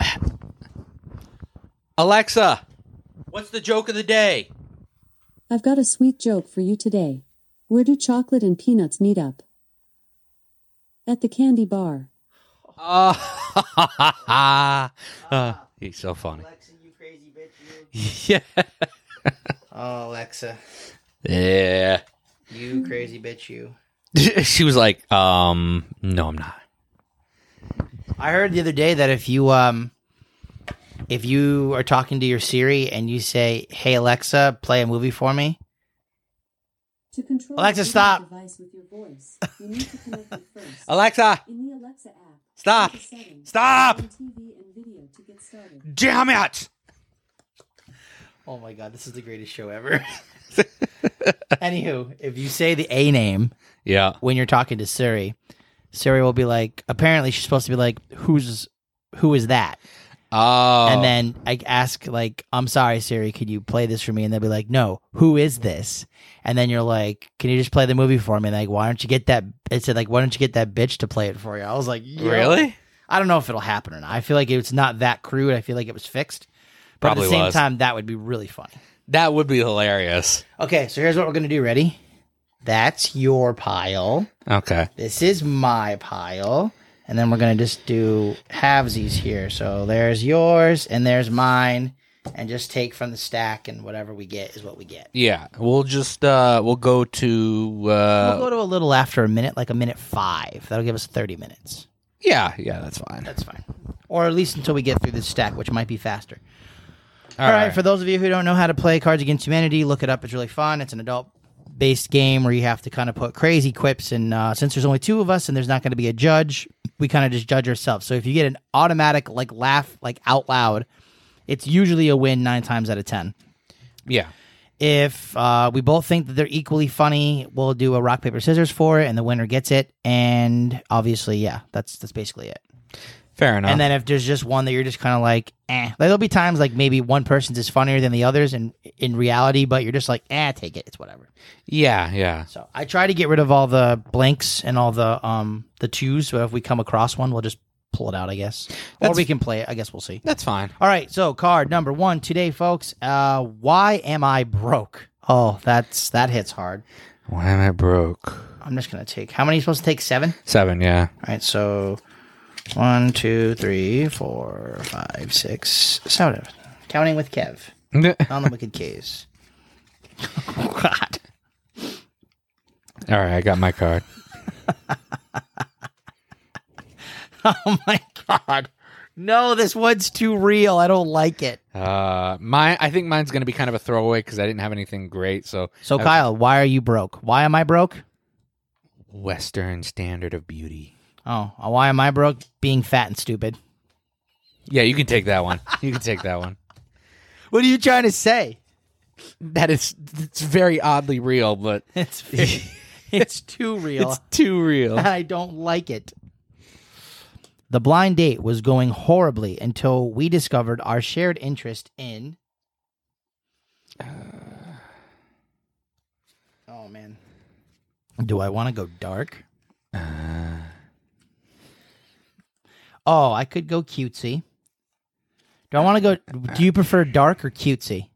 Speaker 1: on. Alexa, What's the joke of the day?
Speaker 3: I've got a sweet joke for you today. Where do chocolate and peanuts meet up? At the candy bar.
Speaker 1: Uh, uh, he's so funny.
Speaker 2: Alexa, you crazy bitch.
Speaker 1: Yeah.
Speaker 2: Oh, Alexa,
Speaker 1: Yeah.
Speaker 2: you crazy bitch. You.
Speaker 1: she was like, um, no, I'm not.
Speaker 2: I heard the other day that if you um, if you are talking to your Siri and you say, "Hey Alexa, play a movie for me,"
Speaker 3: To control
Speaker 2: Alexa,
Speaker 3: your
Speaker 2: stop.
Speaker 3: device with your voice, you need to connect it first.
Speaker 1: Alexa,
Speaker 3: In the Alexa app,
Speaker 1: Stop.
Speaker 3: go to settings,
Speaker 1: Stop.
Speaker 3: and TV and video to get started.
Speaker 1: jam it.
Speaker 2: Oh my god, this is the greatest show ever. Anywho, if you say the A name
Speaker 1: Yeah.
Speaker 2: when you're talking to Siri, Siri will be like, apparently she's supposed to be like, who's who is that?
Speaker 1: Oh.
Speaker 2: And then I ask like, I'm sorry, Siri, could you play this for me? And they'll be like, No, who is this? And then you're like, Can you just play the movie for me? And like, why don't you get that? It said like, Why don't you get that bitch to play it for you? I was like, Yo.
Speaker 1: really?
Speaker 2: I don't know if it'll happen or not. I feel like it's not that crude. I feel like it was fixed. But at
Speaker 1: Probably
Speaker 2: the same
Speaker 1: was.
Speaker 2: time, that would be really funny.
Speaker 1: That would be hilarious.
Speaker 2: Okay, so here's what we're gonna do. Ready? That's your pile.
Speaker 1: Okay.
Speaker 2: This is my pile. And then we're gonna just do halvesies here. So there's yours and there's mine. And just take from the stack and whatever we get is what we get.
Speaker 1: Yeah. We'll just uh we'll go to uh
Speaker 2: we'll go to a little after a minute, like a minute five. That'll give us thirty minutes.
Speaker 1: Yeah, yeah, that's fine.
Speaker 2: That's fine. Or at least until we get through this stack, which might be faster.
Speaker 1: All
Speaker 2: All right. For those of you who don't know how to play Cards Against Humanity, look it up. It's really fun. It's an adult based game where you have to kind of put crazy quips. And uh, since there's only two of us and there's not going to be a judge, we kind of just judge ourselves. So if you get an automatic like laugh like out loud, it's usually a win nine times out of ten.
Speaker 1: yeah.
Speaker 2: If uh, we both think that they're equally funny, we'll do a rock paper scissors for it, and the winner gets it. And obviously, yeah, that's that's basically it.
Speaker 1: Fair enough.
Speaker 2: And then if there's just one that you're just kind of like, eh. Like, there'll be times like maybe one person's is funnier than the others, and in reality, but you're just like, eh, take it. It's whatever.
Speaker 1: yeah, yeah.
Speaker 2: So I try to get rid of all the blanks and all the um the twos. So if we come across one, we'll just pull it out, I guess. or
Speaker 1: That's-
Speaker 2: we can play it. I guess we'll see.
Speaker 1: That's fine.
Speaker 2: All right. So card number one today, folks. Uh, why am I broke? Oh, that's that hits hard.
Speaker 1: Why am I broke?
Speaker 2: I'm just gonna take. How many are you supposed to take? Seven.
Speaker 1: Seven, yeah.
Speaker 2: All right, so one, two, three, four, five, six, seven. Counting with Kev
Speaker 1: All
Speaker 2: on the Wicked K's. Oh, God.
Speaker 1: right, I got my card.
Speaker 2: Oh, my God. No, this one's too real. I don't like it.
Speaker 1: Uh my I think mine's gonna be kind of a throwaway because I didn't have anything great, so
Speaker 2: So,
Speaker 1: I-
Speaker 2: Kyle, why are you broke? Why am I broke?
Speaker 1: Western standard of beauty.
Speaker 2: Oh, why am I broke? Being fat and stupid.
Speaker 1: Yeah, you can take that one. You can take that one.
Speaker 2: What are you trying to say?
Speaker 1: That is it's very oddly real, but
Speaker 2: It's it's too real.
Speaker 1: it's too real.
Speaker 2: I don't like it. The blind date was going horribly until we discovered our shared interest in. Uh. Oh, man. Do I want to go dark? Uh. Oh, I could go cutesy. Do I want to go. Do you prefer dark or cutesy?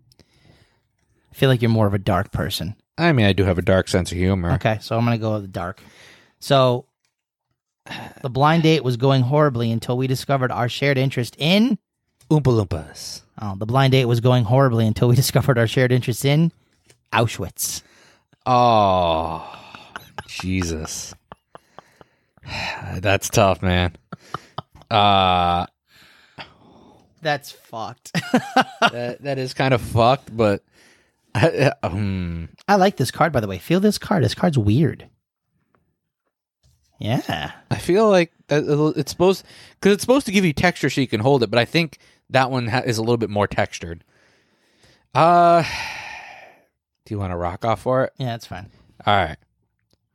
Speaker 2: I feel like you're more of a dark person.
Speaker 1: I mean, I do have a dark sense of humor.
Speaker 2: Okay, so I'm gonna go with the dark. So the blind date was going horribly until we discovered our shared interest in.
Speaker 1: Oompa Loompas.
Speaker 2: Oh, the blind date was going horribly until we discovered our shared interest in Auschwitz.
Speaker 1: Oh, Jesus. That's tough, man. Uh,
Speaker 2: That's fucked.
Speaker 1: that, that is kind of fucked, but um,
Speaker 2: I like this card, by the way. Feel this card. This card's weird. Yeah.
Speaker 1: I feel like that it'll- it's supposed because it's supposed to give you texture so you can hold it, but I think that one ha- is a little bit more textured. Uh, do you want to rock off for it?
Speaker 2: Yeah, that's fine.
Speaker 1: All right.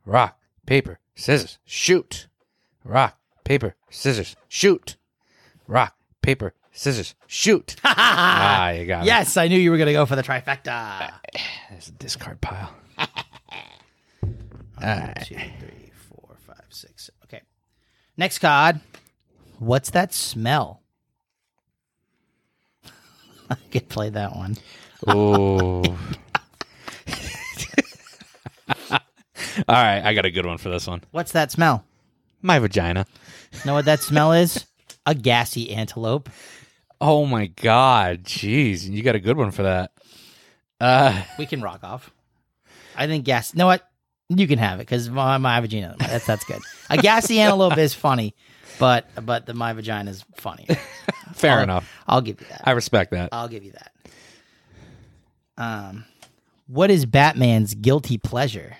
Speaker 1: Rock, paper, scissors, shoot. Rock, paper, scissors, shoot. Rock, paper, scissors, shoot. ah, you got it.
Speaker 2: Yes, I knew you were gonna go for the trifecta.
Speaker 1: There's a discard pile.
Speaker 2: One, two, three, four, five, six. Okay. Next card. What's that smell? I could play that one.
Speaker 1: Oh. All right, I got a good one for this one.
Speaker 2: What's that smell?
Speaker 1: My vagina.
Speaker 2: Know what that smell is? A gassy antelope.
Speaker 1: Oh my god, jeez, you got a good one for that. Uh,
Speaker 2: We can rock off. I think gas. You know what? You can have it because my, my vagina. That's that's good. A gassy antelope is funny, but but the my vagina is funny.
Speaker 1: fair
Speaker 2: I'll-
Speaker 1: enough.
Speaker 2: I'll give you that.
Speaker 1: I respect that.
Speaker 2: I'll give you that. Um, what is Batman's guilty pleasure?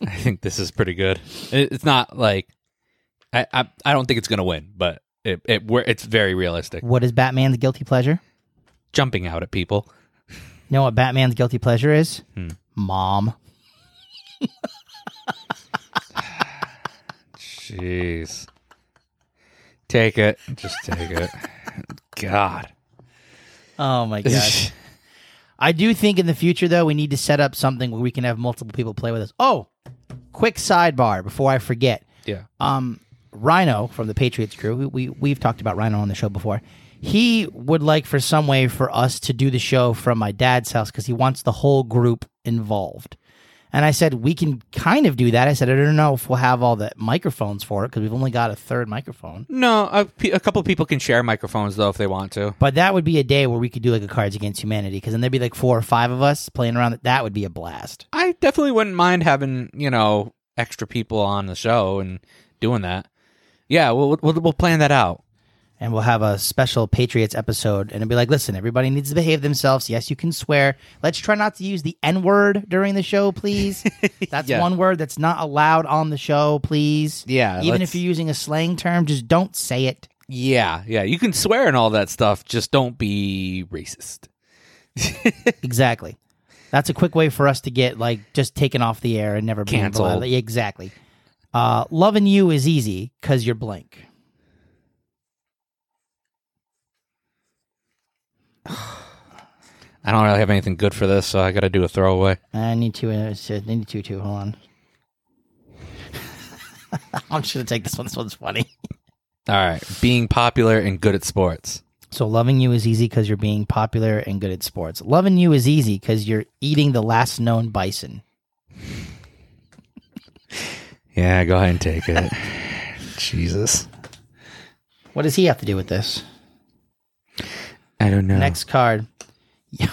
Speaker 1: I think this is pretty good. It, it's not like I, I I don't think it's gonna win, but it it we're- it's very realistic.
Speaker 2: What is Batman's guilty pleasure?
Speaker 1: Jumping out at people.
Speaker 2: You know what Batman's guilty pleasure is? Mom.
Speaker 1: Jeez. Take it. Just take it. God.
Speaker 2: Oh my gosh. I do think in the future, though, we need to set up something where we can have multiple people play with us. Oh, quick sidebar before I forget.
Speaker 1: yeah.
Speaker 2: Um, Rhino from the Patriots crew, we, we, we've talked about Rhino on the show before. He would like for some way for us to do the show from my dad's house because he wants the whole group involved. And I said, we can kind of do that. I said, I don't know if we'll have all the microphones for it because we've only got a third microphone.
Speaker 1: No, a, pe- a couple people can share microphones though if they want to.
Speaker 2: But that would be a day where we could do like a Cards Against Humanity because then there'd be like four or five of us playing around. That would be a blast.
Speaker 1: I definitely wouldn't mind having you know extra people on the show and doing that. Yeah, we'll we'll, we'll plan that out.
Speaker 2: and we'll have a special Patriots episode, and it'll be like, listen, everybody needs to behave themselves. Yes, you can swear. Let's try not to use the N word during the show, please. That's
Speaker 1: Yeah.
Speaker 2: one word that's not allowed on the show, please.
Speaker 1: Yeah,
Speaker 2: Even
Speaker 1: let's-
Speaker 2: if you're using a slang term, just don't say it.
Speaker 1: Yeah, yeah, you can swear and all that stuff. Just don't be racist.
Speaker 2: Exactly. That's a quick way for us to get like just taken off the air and never being
Speaker 1: Canceled.
Speaker 2: reliable. Exactly. Uh, loving you is easy because you're blank.
Speaker 1: I don't really have anything good for this, so I got to do a throwaway.
Speaker 2: I need to. Uh, it's, uh, I need to too. Hold on. I'm just gonna take this one. This one's funny.
Speaker 1: All right, being popular and good at sports.
Speaker 2: So loving you is easy because you're being popular and good at sports. Loving you is easy because you're eating the last known bison.
Speaker 1: Yeah, go ahead and take it. Jesus,
Speaker 2: What does he have to do with this?
Speaker 1: I don't know.
Speaker 2: Next card. Yo,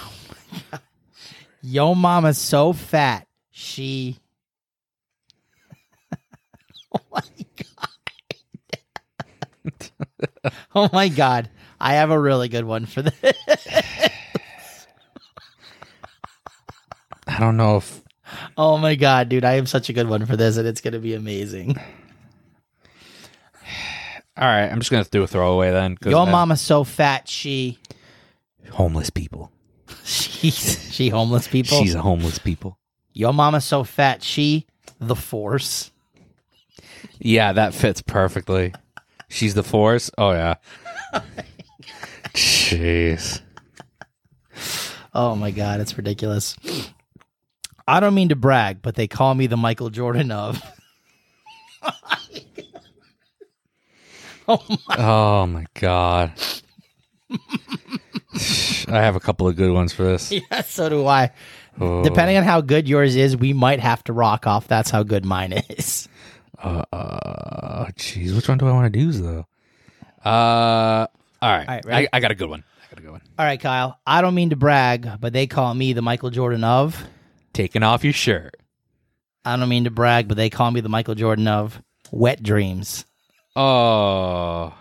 Speaker 2: yo mama's so fat. She. oh my god. oh my god. I have a really good one for this.
Speaker 1: I don't know if
Speaker 2: Oh my god, dude, I have such a good one for this, and it's gonna be amazing.
Speaker 1: All right, I'm just gonna do a throwaway then. 'cause
Speaker 2: Yo
Speaker 1: I-
Speaker 2: mama's so fat. She.
Speaker 1: homeless people.
Speaker 2: She's she homeless people.
Speaker 1: She's a homeless people.
Speaker 2: Yo mama's so fat, she the force.
Speaker 1: Yeah, that fits perfectly. She's the force. Oh yeah. Jeez.
Speaker 2: Oh my god, it's ridiculous. I don't mean to brag, but they call me the Michael Jordan of
Speaker 1: Oh my god. I have a couple of good ones for this.
Speaker 2: Yeah, so do I.
Speaker 1: Oh.
Speaker 2: Depending on how good yours is, we might have to rock off. That's how good mine is.
Speaker 1: Oh jeez, which one do I want to use though? Uh, all right.
Speaker 2: right,
Speaker 1: I,
Speaker 2: ready?
Speaker 1: I got a good one. I got a good one.
Speaker 2: All right, Kyle. I don't mean to brag, but they call me the Michael Jordan of.
Speaker 1: Taking off your shirt.
Speaker 2: I don't mean to brag, but they call me the Michael Jordan of wet dreams.
Speaker 1: Oh.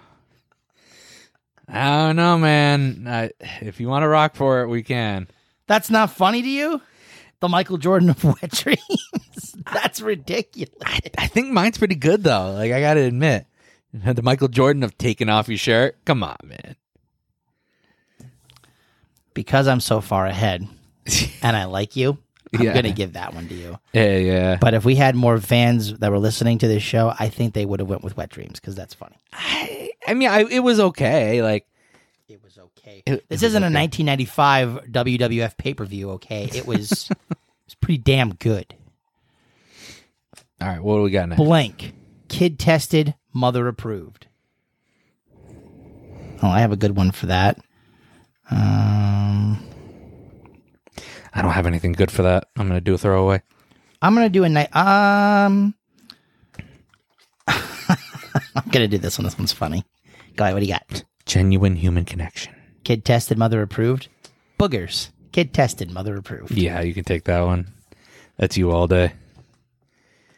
Speaker 1: I don't know, man. I, if you want to rock for it, we can.
Speaker 2: That's not funny to you? The Michael Jordan of wet dreams. That's ridiculous.
Speaker 1: I think mine's pretty good though. Like I gotta admit, the Michael Jordan of taking off your shirt. Come on, man.
Speaker 2: Because I'm so far ahead and I like you, I'm
Speaker 1: Yeah.
Speaker 2: going to give that one to you.
Speaker 1: Yeah, yeah.
Speaker 2: But if we had more fans that were listening to this show, I think they would have went with wet dreams cuz that's funny.
Speaker 1: I, I mean, I, it was okay. Like,
Speaker 2: It was okay.
Speaker 1: It- it
Speaker 2: this
Speaker 1: was
Speaker 2: isn't a 1995 WWF pay-per-view, okay? It was it's pretty damn good.
Speaker 1: all right, what do we got next?
Speaker 2: Blank. Kid tested, mother approved. Oh, I have a good one for that. Um,
Speaker 1: I don't have anything good for that. I'm gonna do a throwaway.
Speaker 2: I'm gonna do a night. Um, I'm gonna do this one. This one's funny. Guy, what do you got?
Speaker 1: Genuine human connection.
Speaker 2: Kid tested, mother approved. Boogers. Kid tested, mother approved.
Speaker 1: Yeah, you can take that one. That's you all day.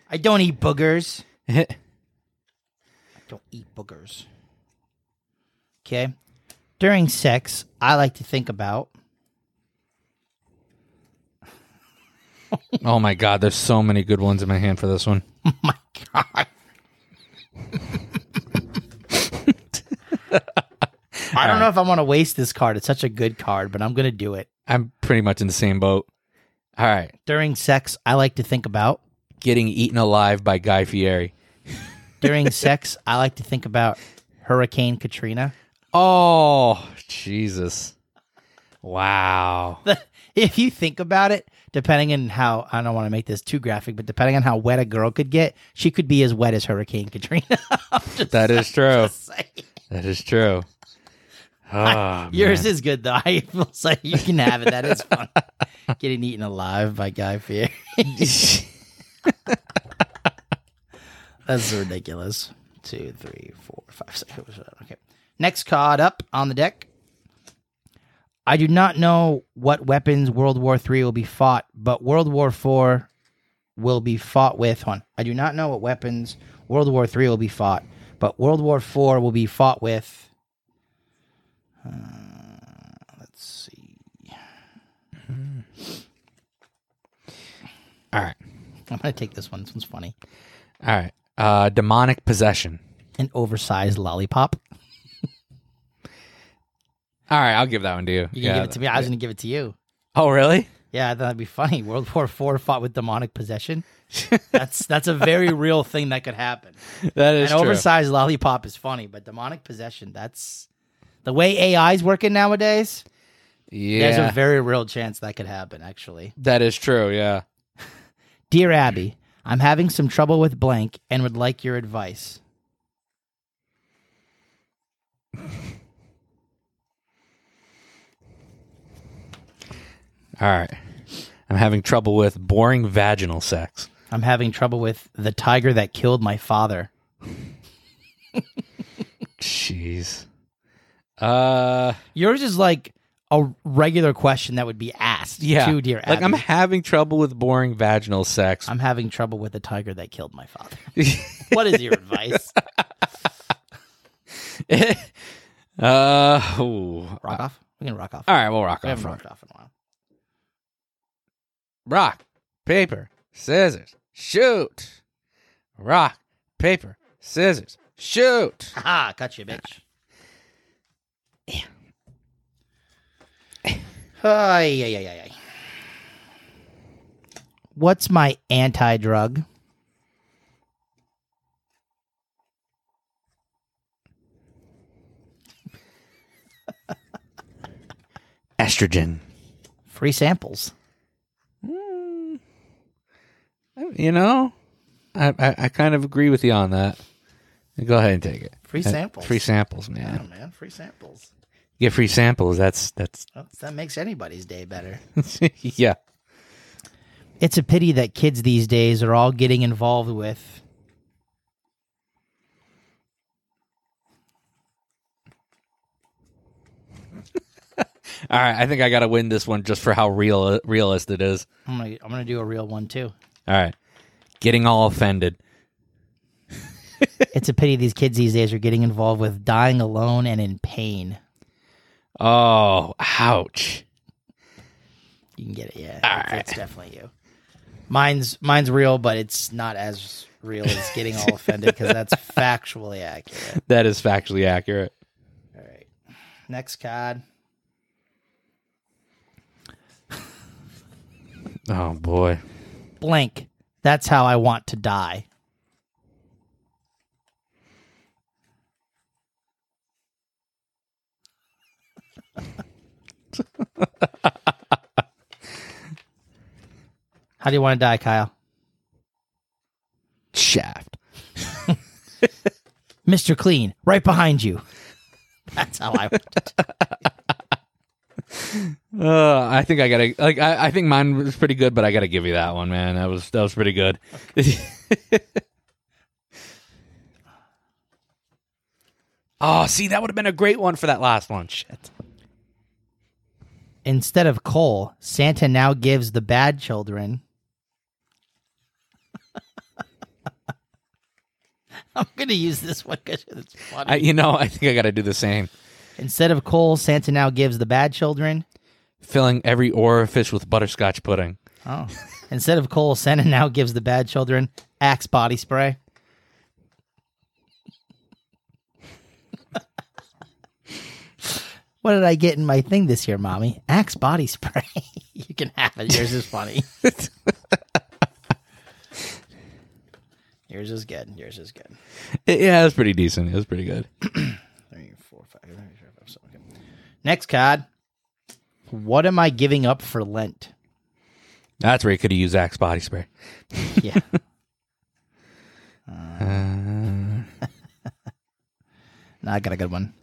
Speaker 2: I don't eat boogers.
Speaker 1: That's
Speaker 2: I don't eat boogers. Okay. During sex, I like to think about.
Speaker 1: Oh my god, there's so many good ones in my hand for this one.
Speaker 2: my God. I don't know if I want to waste this card. It's such a good card, but I'm going to do it.
Speaker 1: I'm pretty much in the same boat. All right,
Speaker 2: During sex, I like to think about.
Speaker 1: getting eaten alive by Guy Fieri.
Speaker 2: During sex, I like to think about Hurricane Katrina.
Speaker 1: Oh, Jesus. Wow.
Speaker 2: if you think about it, depending on how I don't want to make this too graphic, but depending on how wet a girl could get, she could be as wet as Hurricane Katrina. I'm just
Speaker 1: That is true.
Speaker 2: saying.
Speaker 1: That is true. Ah,
Speaker 2: Yours
Speaker 1: man.
Speaker 2: is good though. I feel like you can have it. That is fun. Getting eaten alive by Guy Fieri. That's ridiculous. Two, three, four, five, six. seven, Okay. Next card up on the deck. I do not know what weapons World War Three will be fought, but World War Four will be fought with. Hold on. I do not know what weapons World War Three will be fought, but World War Four will be fought with. Uh, let's see.
Speaker 1: All right.
Speaker 2: I'm gonna take this one. This one's funny.
Speaker 1: All right. Uh, demonic possession.
Speaker 2: An oversized lollipop.
Speaker 1: All right, I'll give that one to you.
Speaker 2: You can give it to me. I was gonna give it to you.
Speaker 1: Oh, really?
Speaker 2: Yeah, I thought that'd be funny. World War Four fought with demonic possession. That's that's a very real thing that could happen.
Speaker 1: That is
Speaker 2: An
Speaker 1: true.
Speaker 2: oversized lollipop is funny, but demonic possession, that's the way AI's working nowadays. There's
Speaker 1: yeah,
Speaker 2: a very real chance that could happen, actually.
Speaker 1: that is true. Yeah.
Speaker 2: Dear Abby, I'm having some trouble with blank and would like your advice.
Speaker 1: All right. I'm having trouble with boring vaginal sex.
Speaker 2: I'm having trouble with the tiger that killed my father.
Speaker 1: Jeez. Uh,
Speaker 2: Yours is like a regular question that would be asked
Speaker 1: yeah.
Speaker 2: to Dear Abby.
Speaker 1: Like I'm having trouble with boring vaginal sex.
Speaker 2: I'm having trouble with the tiger that killed my father. what is your advice?
Speaker 1: uh, ooh.
Speaker 2: Rock off. We can rock off.
Speaker 1: all right, we'll rock
Speaker 2: we
Speaker 1: off.
Speaker 2: haven't
Speaker 1: Rock.
Speaker 2: rocked off in a while.
Speaker 1: rock, paper, scissors, shoot. Rock, paper, scissors, shoot.
Speaker 2: Ah, got you, bitch. Ay, ay, ay, ay, ay. What's my anti drug?
Speaker 1: Estrogen.
Speaker 2: Free samples.
Speaker 1: You know, I, I, I kind of agree with you on that. Go ahead and take it.
Speaker 2: Free
Speaker 1: Uh,
Speaker 2: samples.
Speaker 1: Free samples, man.
Speaker 2: man. Free samples.
Speaker 1: Get free samples. That's that's
Speaker 2: That's- That makes anybody's day better.
Speaker 1: yeah.
Speaker 2: It's a pity that kids these days are all getting involved with.
Speaker 1: All right, I think I got to win this one just for how real realist it is.
Speaker 2: I'm gonna, I'm gonna do a real one too.
Speaker 1: All right, getting all offended.
Speaker 2: It's a pity these kids these days are getting involved with dying alone and in pain.
Speaker 1: Oh, ouch.
Speaker 2: You can get it, yeah. It's, it's definitely you. Mine's mine's real, but it's not as real as getting all offended because that's factually accurate.
Speaker 1: That is factually accurate.
Speaker 2: All right, next card.
Speaker 1: Oh boy.
Speaker 2: Blank. That's how I want to die. how do you want to die, Kyle?
Speaker 1: Shaft.
Speaker 2: Mr. Clean, right behind you. That's how I.
Speaker 1: Uh, I think I gotta like. I, I think mine was pretty good, but I gotta give you that one, man. That was that was pretty good. oh, see, that would have been a great one for that last one. Shit.
Speaker 2: Instead of coal, Santa now gives the bad children. I'm gonna use this one because it's funny.
Speaker 1: I, you know, I think I gotta do the same.
Speaker 2: Instead of coal, Santa now gives the bad children.
Speaker 1: Filling every orifice with butterscotch pudding.
Speaker 2: Oh. Instead of coal, Santa now gives the bad children Axe body spray. what did I get in my thing this year, mommy? Axe body spray. you can have it. Yours is funny. Yours is good. Yours is good.
Speaker 1: It- yeah, it was pretty decent. It was pretty good.
Speaker 2: Three, four, five, three, four, five, seven, okay. Next card. What am I giving up for Lent?
Speaker 1: That's where you could have used Axe body spray.
Speaker 2: Yeah.
Speaker 1: Uh,
Speaker 2: no, I got a good one.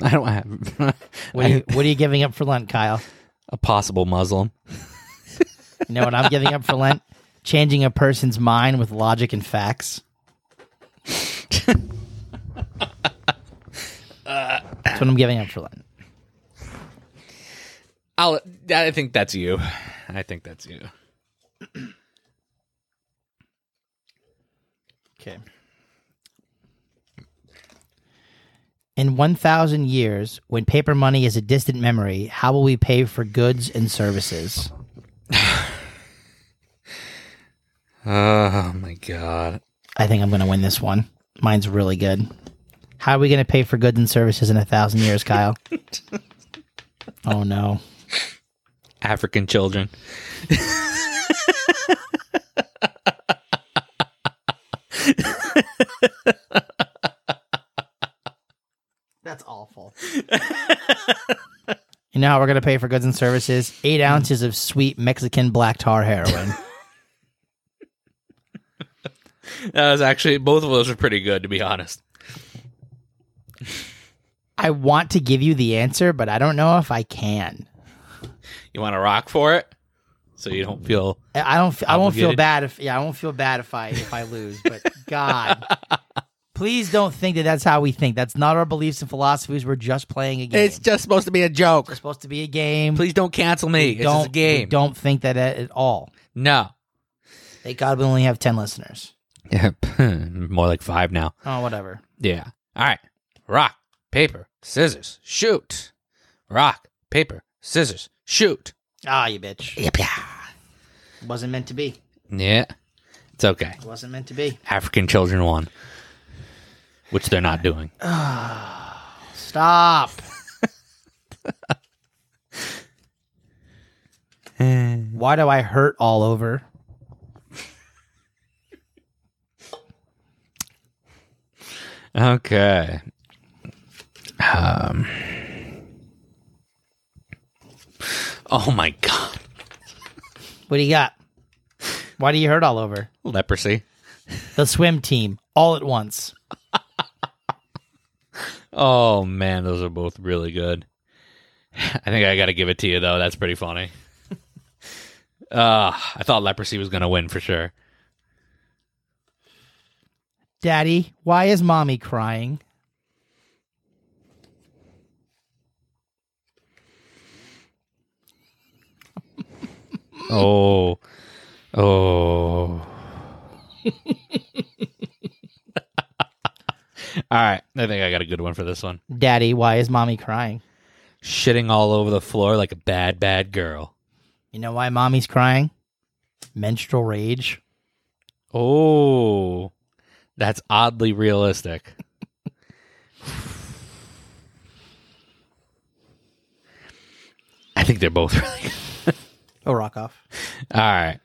Speaker 1: I don't have
Speaker 2: What are, you, what are you giving up for Lent, Kyle?
Speaker 1: a possible Muslim.
Speaker 2: You know what I'm giving up for Lent? Changing a person's mind with logic and facts. That's what I'm giving up for Lent.
Speaker 1: I'll, I think that's you. I think that's you.
Speaker 2: Okay. In 1,000 years, when paper money is a distant memory, how will we pay for goods and services?
Speaker 1: Oh my god.
Speaker 2: I think I'm going to win this one. Mine's really good. How are we going to pay for goods and services in a thousand years, Kyle? oh, no.
Speaker 1: African children.
Speaker 2: That's awful. you know how we're going to pay for goods and services? Eight ounces of sweet Mexican black tar heroin.
Speaker 1: That was actually both of those are pretty good to be honest.
Speaker 2: I want to give you the answer, but I don't know if I can.
Speaker 1: You want to rock for it, so you don't feel.
Speaker 2: I I don't. f- I won't feel
Speaker 1: Obligated?
Speaker 2: bad if. Yeah, I won't feel bad if I if I lose. But God, please don't think that that's how we think. That's not our beliefs and philosophies. We're just playing a game.
Speaker 1: just supposed to be a joke.
Speaker 2: supposed to be a game.
Speaker 1: Please don't cancel me. It's just a
Speaker 2: we
Speaker 1: game.
Speaker 2: Don't think that at, at all.
Speaker 1: No.
Speaker 2: Thank God we only have ten listeners.
Speaker 1: Yeah, more like five now.
Speaker 2: Oh, whatever.
Speaker 1: Yeah. All right. Rock, paper, scissors, shoot. Rock, paper, scissors, shoot.
Speaker 2: Ah, you bitch. Wasn't meant to be.
Speaker 1: Yeah. It's okay.
Speaker 2: Wasn't meant to be.
Speaker 1: African children won, which they're not doing.
Speaker 2: Stop. Why do I hurt all over?
Speaker 1: Okay. Um. Oh my God.
Speaker 2: What do you got? Why do you hurt all over?
Speaker 1: Leprosy.
Speaker 2: The swim team, all at once.
Speaker 1: Oh man, those are both really good. I think I got to give it to you though. That's pretty funny. uh, I thought leprosy was gonna win for sure.
Speaker 2: Daddy, why is mommy crying?
Speaker 1: Oh, oh. All right, I think I got a good one for this one.
Speaker 2: Daddy, why is mommy crying?
Speaker 1: Shitting all over the floor like a bad, bad girl.
Speaker 2: You know why mommy's crying? Menstrual rage.
Speaker 1: Oh, that's oddly realistic. I think they're both really good.
Speaker 2: Oh, rock off.
Speaker 1: All right.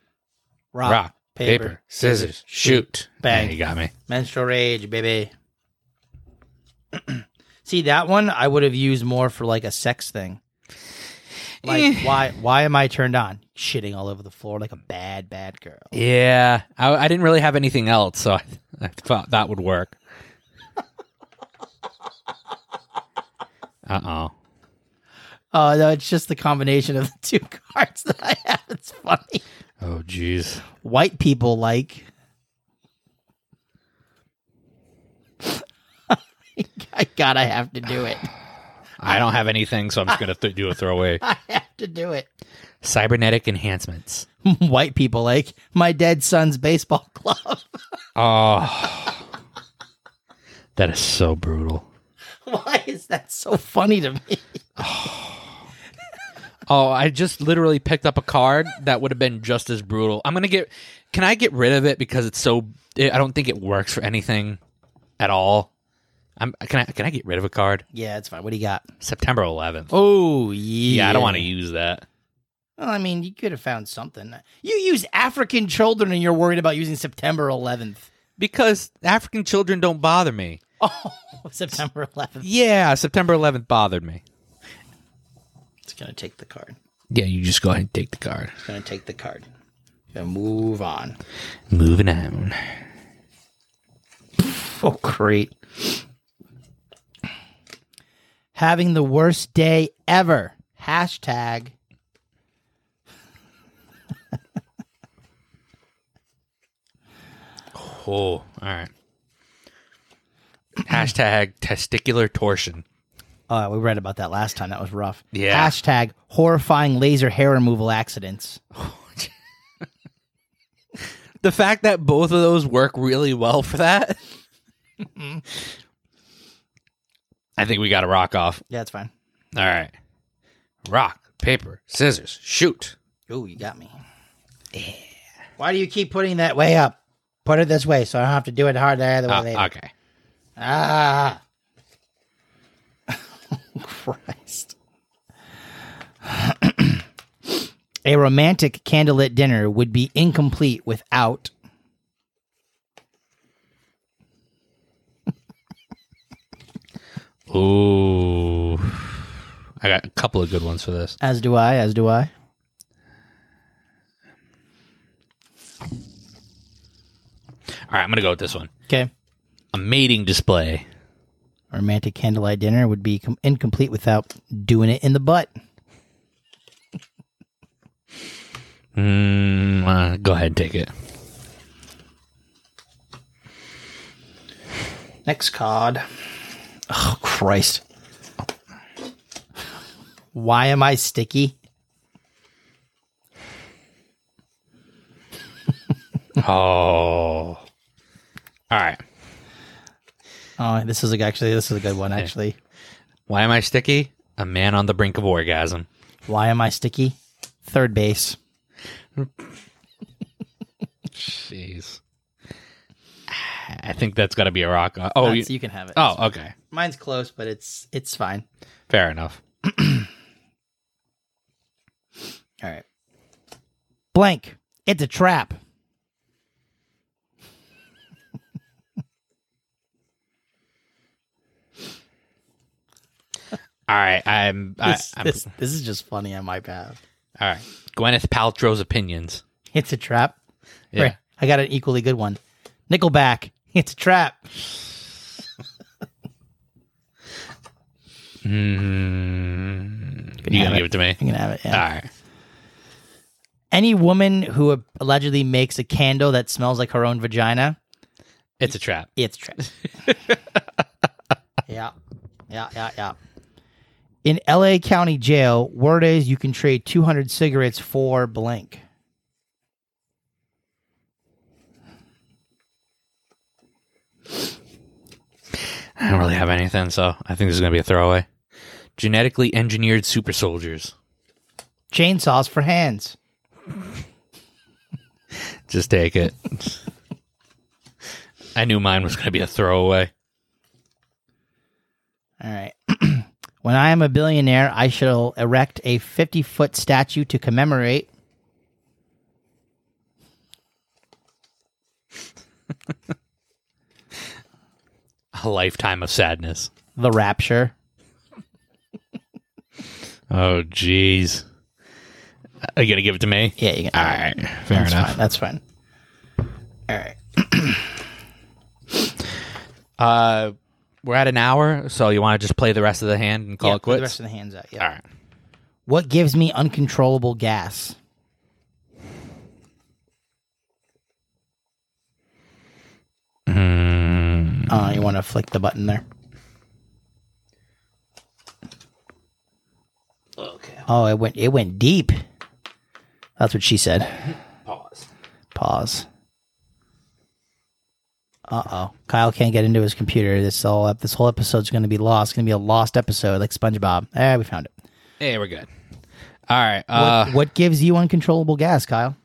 Speaker 2: Rock,
Speaker 1: Rock, paper, scissors, shoot.
Speaker 2: Bang.
Speaker 1: Yeah, you got me.
Speaker 2: Menstrual rage, baby. See that one? I would have used more for like a sex thing. Like
Speaker 1: Eh.
Speaker 2: why? Why am I turned on? Shitting all over the floor like a bad, bad girl.
Speaker 1: Yeah. I, I didn't really have anything else, so I, I thought that would work. Uh oh.
Speaker 2: Oh no, it's just the combination of the two cards that I have. It's funny.
Speaker 1: Oh jeez.
Speaker 2: White people like. God, I have to do it.
Speaker 1: I don't have anything, so I'm just gonna th- do a throwaway.
Speaker 2: I have to do it.
Speaker 1: Cybernetic enhancements.
Speaker 2: White people like my dead son's baseball club.
Speaker 1: Oh, that is so brutal.
Speaker 2: Why is that so funny to me?
Speaker 1: Oh, I just literally picked up a card that would have been just as brutal. I'm gonna get. Can I get rid of it because it's so? I don't think it works for anything at all. I'm, can I can I get rid of a card?
Speaker 2: Yeah, it's fine. What do you got?
Speaker 1: September 11th.
Speaker 2: Oh yeah.
Speaker 1: yeah, I don't want to use that.
Speaker 2: Well, I mean, you could have found something. You use African children, and you're worried about using September 11th.
Speaker 1: Because African children don't bother me.
Speaker 2: Oh, September 11th.
Speaker 1: Yeah, September 11th bothered me.
Speaker 2: It's gonna take the card.
Speaker 1: Yeah, you just go ahead and take the card.
Speaker 2: It's gonna take the card. Gonna move on.
Speaker 1: Moving on.
Speaker 2: Oh, great. Having the worst day ever. Hashtag.
Speaker 1: Oh, all right. Hashtag testicular torsion.
Speaker 2: Oh, we read about that last time. That was rough.
Speaker 1: Yeah.
Speaker 2: Hashtag horrifying laser hair removal accidents.
Speaker 1: The fact that both of those work really well for that. I think we got to rock off.
Speaker 2: Yeah, it's fine.
Speaker 1: All right. Rock, paper, scissors, shoot.
Speaker 2: Ooh, you got me. Why do you keep putting that way up? Put it this way so I don't have to do it hard the other way
Speaker 1: Oh,
Speaker 2: later.
Speaker 1: okay.
Speaker 2: Ah. Christ. A romantic candlelit dinner would be incomplete without.
Speaker 1: Ooh. I got a couple of good ones for this.
Speaker 2: As do I, as do I.
Speaker 1: All right, I'm going to go with this one.
Speaker 2: Okay.
Speaker 1: A mating display.
Speaker 2: Romantic candlelight dinner would be com- incomplete without doing it in the butt.
Speaker 1: Mm, uh, go ahead and take it.
Speaker 2: Next card. Oh, Christ. Why am I sticky?
Speaker 1: Oh. All right.
Speaker 2: Oh, this is a, actually this is a good one. Actually,
Speaker 1: Why am I sticky? A man on the brink of orgasm.
Speaker 2: why am I sticky? Third base.
Speaker 1: Jeez. I think that's got to be a rock. Oh,
Speaker 2: That's-
Speaker 1: you-
Speaker 2: you can have it.
Speaker 1: oh, okay.
Speaker 2: Mine's close, but it's it's fine.
Speaker 1: Fair enough.
Speaker 2: All right. Blank. It's a trap.
Speaker 1: All right, I'm. I,
Speaker 2: This,
Speaker 1: I'm
Speaker 2: this, this is just funny on my path.
Speaker 1: all right. Gwyneth Paltrow's opinions.
Speaker 2: It's a trap.
Speaker 1: Yeah.
Speaker 2: Right. I got an equally good one. Nickelback. It's a trap.
Speaker 1: Mm, Mm-hmm. you
Speaker 2: have
Speaker 1: gonna give it Ah. to me?
Speaker 2: You can have it.
Speaker 1: All
Speaker 2: Yeah.
Speaker 1: right.
Speaker 2: Any woman who a- allegedly makes a candle that smells like her own vagina,
Speaker 1: It's a trap.
Speaker 2: it's a trap. yeah. Yeah, yeah, yeah. In LA County Jail, word is you can trade 200 cigarettes for blank.
Speaker 1: I don't really have anything, so I think this is gonna be a throwaway. Genetically engineered super soldiers.
Speaker 2: Chainsaws for hands.
Speaker 1: Just take it. I knew mine was gonna be a throwaway.
Speaker 2: All right. when I am a billionaire, I shall erect a 50 foot statue to commemorate.
Speaker 1: A lifetime of sadness.
Speaker 2: The rapture.
Speaker 1: Oh, jeez. Are you gonna give it to me?
Speaker 2: Yeah, you can.
Speaker 1: All right, fair
Speaker 2: That's
Speaker 1: enough.
Speaker 2: fine. That's fine. All right.
Speaker 1: Uh, we're at an hour, so you want to just play the rest of the hand and call
Speaker 2: yeah,
Speaker 1: it
Speaker 2: put
Speaker 1: quits?
Speaker 2: The rest of the hands out. Yeah.
Speaker 1: All right.
Speaker 2: What gives me uncontrollable gas?
Speaker 1: Hmm.
Speaker 2: Uh, you want to flick the button there.
Speaker 1: Okay.
Speaker 2: Oh, it went it went deep. That's what she said.
Speaker 1: Pause.
Speaker 2: Pause. Uh oh. Kyle can't get into his computer. This whole ep- this whole episode's gonna be lost. It's gonna be a lost episode like SpongeBob. Eh, we found it.
Speaker 1: Hey, we're good. All right.
Speaker 2: What,
Speaker 1: Uh,
Speaker 2: what gives you uncontrollable gas, Kyle?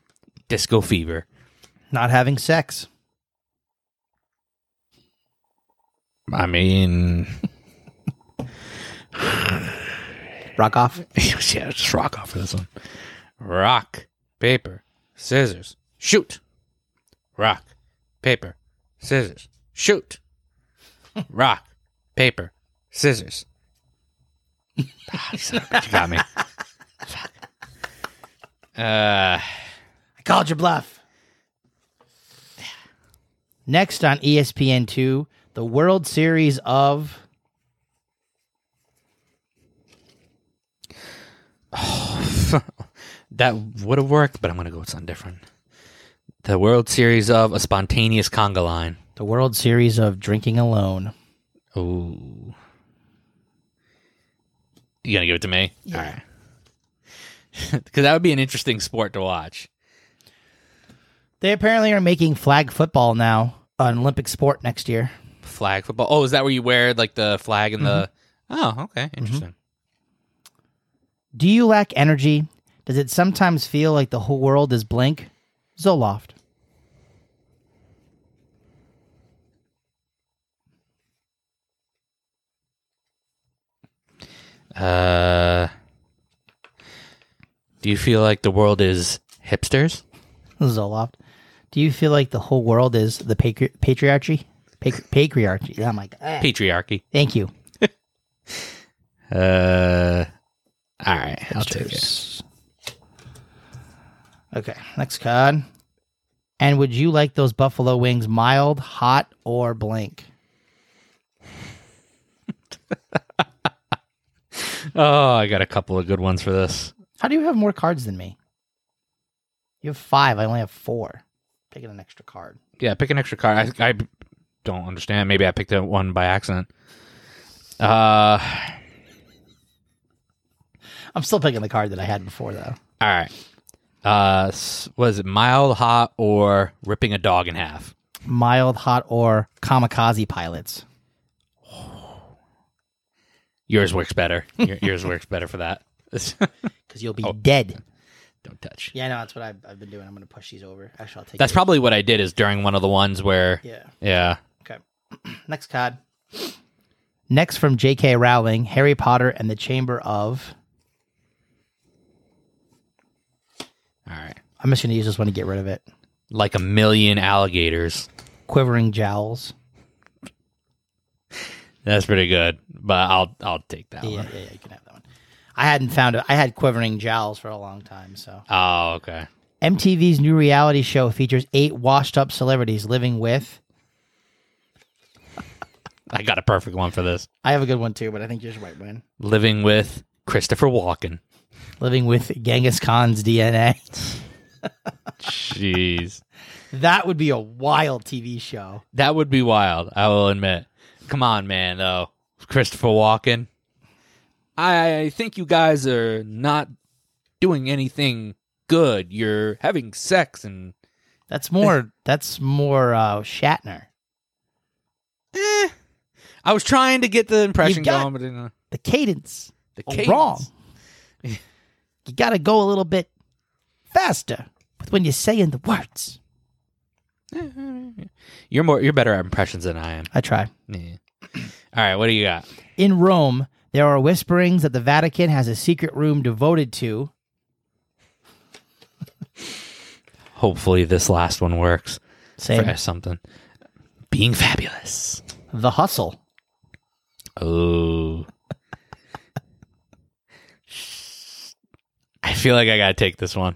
Speaker 1: Disco fever.
Speaker 2: Not having sex.
Speaker 1: I mean,
Speaker 2: Rock off.
Speaker 1: yeah, just rock off for this one. Rock, paper, scissors, shoot. Rock, paper, scissors, shoot. Rock, paper, scissors. Ah, son of a bitch, you got me. Fuck. Uh,
Speaker 2: I called your bluff. Next on E ESPN2, the World Series of
Speaker 1: that would have worked, but I'm gonna go with something different. The World Series of a spontaneous conga line.
Speaker 2: the World Series of Drinking Alone.
Speaker 1: Oh. You gonna give it to me? All right. Because that would be an interesting sport to watch.
Speaker 2: They apparently are making flag football now an Olympic sport next year.
Speaker 1: Flag football. Oh, is that where you wear like the flag and the? Oh, okay, interesting.
Speaker 2: Do you lack energy? Does it sometimes feel like the whole world is blank? Zoloft.
Speaker 1: Uh, do you feel like the world is hipsters?
Speaker 2: Zoloft. Do you feel like the whole world is the patri- patriarchy? Patri- patriarchy. Oh my god.
Speaker 1: Patriarchy.
Speaker 2: Thank you.
Speaker 1: Uh, all right, I'll take it.
Speaker 2: Cheers. Okay, next card. And would you like those buffalo wings mild, hot, or blank?
Speaker 1: Oh, I got a couple of good ones for this.
Speaker 2: How do you have more cards than me? You have five. I only have four. Taking an extra card.
Speaker 1: Yeah, pick an extra card. I, I don't understand. Maybe I picked that one by accident. Uh,
Speaker 2: I'm still picking the card that I had before, though.
Speaker 1: All right. Uh, s- was it mild, hot, or ripping a dog in half?
Speaker 2: Mild, hot, or kamikaze pilots.
Speaker 1: Yours works better. Your, yours works better for that.
Speaker 2: Because you'll be dead.
Speaker 1: Don't touch.
Speaker 2: Yeah, no, that's what I've, I've been doing. I'm going to push these over. Actually, I'll take
Speaker 1: That's
Speaker 2: yours.
Speaker 1: probably what I did. Is during one of the ones where
Speaker 2: Yeah.
Speaker 1: yeah.
Speaker 2: Okay. Next card. Next from J.K. Rowling, Harry Potter and the Chamber of.
Speaker 1: All right.
Speaker 2: I'm just going to use this one to get rid of it.
Speaker 1: Like a million alligators.
Speaker 2: Quivering jowls.
Speaker 1: That's pretty good. But I'll I'll take that
Speaker 2: Yeah, yeah,
Speaker 1: one.
Speaker 2: yeah, you can have that one. I hadn't found it. I had quivering jowls for a long time. So
Speaker 1: Oh, okay.
Speaker 2: MTV's new reality show features eight washed-up celebrities living with.
Speaker 1: I got a perfect one for this.
Speaker 2: I have a good one too, but I think yours might win.
Speaker 1: Living with Christopher Walken.
Speaker 2: Living with Genghis Khan's DNA.
Speaker 1: Jeez.
Speaker 2: that would be a wild TV show.
Speaker 1: That would be wild, I will admit. Come on, man, though. Christopher Walken. I think you guys are not doing anything good. You're having sex and
Speaker 2: That's more. that's more uh, Shatner.
Speaker 1: eh. I was trying to get the impression
Speaker 2: You got-
Speaker 1: going, but didn't-
Speaker 2: The cadence.
Speaker 1: the
Speaker 2: Oh,
Speaker 1: cadence.
Speaker 2: wrong. you got to go a little bit faster with when you're saying the words.
Speaker 1: You're more you're better at impressions than I am.
Speaker 2: I try.
Speaker 1: Yeah. All right, what do you got?
Speaker 2: In Rome, there are whisperings that the Vatican has a secret room devoted to.
Speaker 1: Hopefully this last one works
Speaker 2: Same.
Speaker 1: for something. Being fabulous.
Speaker 2: The hustle.
Speaker 1: Oh. I feel like I gotta take this one.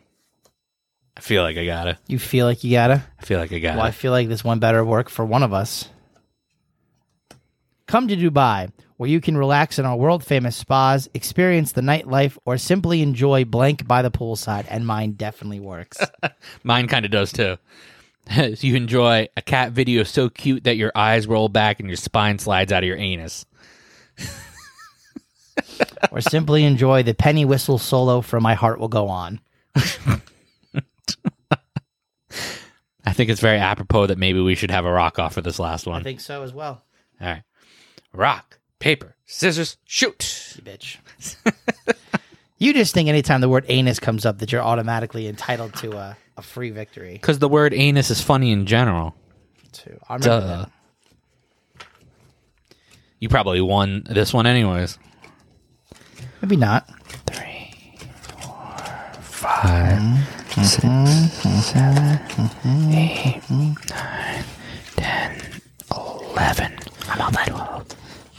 Speaker 1: I feel like I gotta.
Speaker 2: You feel like you gotta.
Speaker 1: I feel like I gotta.
Speaker 2: Well, I feel like this one better work for one of us. Come to Dubai, where you can relax in our world famous spas, experience the nightlife, or simply enjoy blank by the poolside. And mine definitely works.
Speaker 1: Mine kind of does too. you enjoy a cat video so cute that your eyes roll back and your spine slides out of your anus.
Speaker 2: or simply enjoy the penny whistle solo from My Heart Will Go On.
Speaker 1: I think it's very apropos that maybe we should have a rock off for this last one.
Speaker 2: think so as well,
Speaker 1: All right. Rock, paper, scissors, shoot.
Speaker 2: you bitch. you just think anytime the word anus comes up that you're automatically entitled to a, a free victory.
Speaker 1: Because the word anus is funny in general.
Speaker 2: Too. I remember
Speaker 1: Duh.
Speaker 2: that.
Speaker 1: You probably won this one, anyways.
Speaker 2: Maybe not.
Speaker 1: Five, Mm-hmm. I'm on that 12,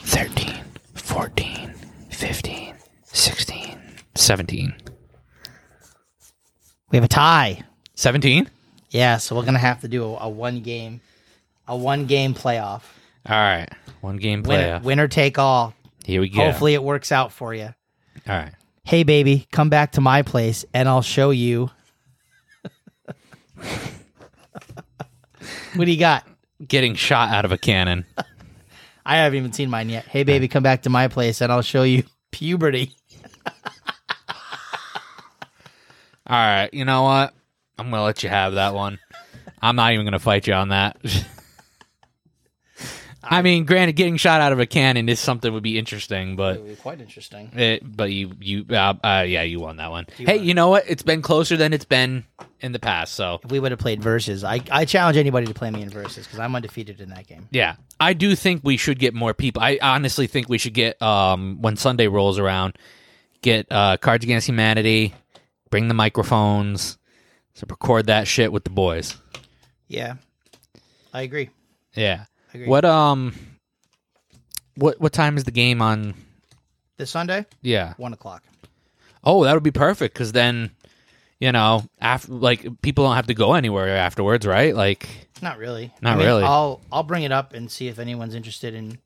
Speaker 1: 13, 14, 15, 16, 17.
Speaker 2: We have a tie.
Speaker 1: 17?
Speaker 2: Yeah, so we're gonna have to do a, a one game, a one game playoff.
Speaker 1: All right. One game
Speaker 2: Winner,
Speaker 1: playoff.
Speaker 2: winner take all.
Speaker 1: Here we go.
Speaker 2: Hopefully it works out for you.
Speaker 1: All right.
Speaker 2: Hey baby, come back to my place and I'll show you. what do you got?
Speaker 1: Getting shot out of a cannon.
Speaker 2: I haven't even seen mine yet. Hey baby, come back to my place and I'll show you puberty.
Speaker 1: All right. You know what? I'm going to let you have that one. I'm not even going to fight you on that. I mean, granted, getting shot out of a cannon is something would be interesting, but
Speaker 2: Quite interesting.
Speaker 1: it, but you you uh, uh, yeah you won that one. hey, you know what? It's been closer than it's been in the past. So
Speaker 2: If we would have played verses, I, I challenge anybody to play me in verses because I'm undefeated in that game.
Speaker 1: Yeah. I do think we should get more people. I honestly think we should get um when Sunday rolls around, get uh Cards Against Humanity, bring the microphones, so record that shit with the boys.
Speaker 2: Yeah, I agree.
Speaker 1: Yeah.
Speaker 2: Agreed.
Speaker 1: What um what what time is the game on
Speaker 2: This Sunday,
Speaker 1: yeah.
Speaker 2: one o'clock.
Speaker 1: Oh, that would be perfect cuz then you know, after like people don't have to go anywhere afterwards, right? Like
Speaker 2: Not really.
Speaker 1: Not really.
Speaker 2: I'll I'll bring it up and see if anyone's interested in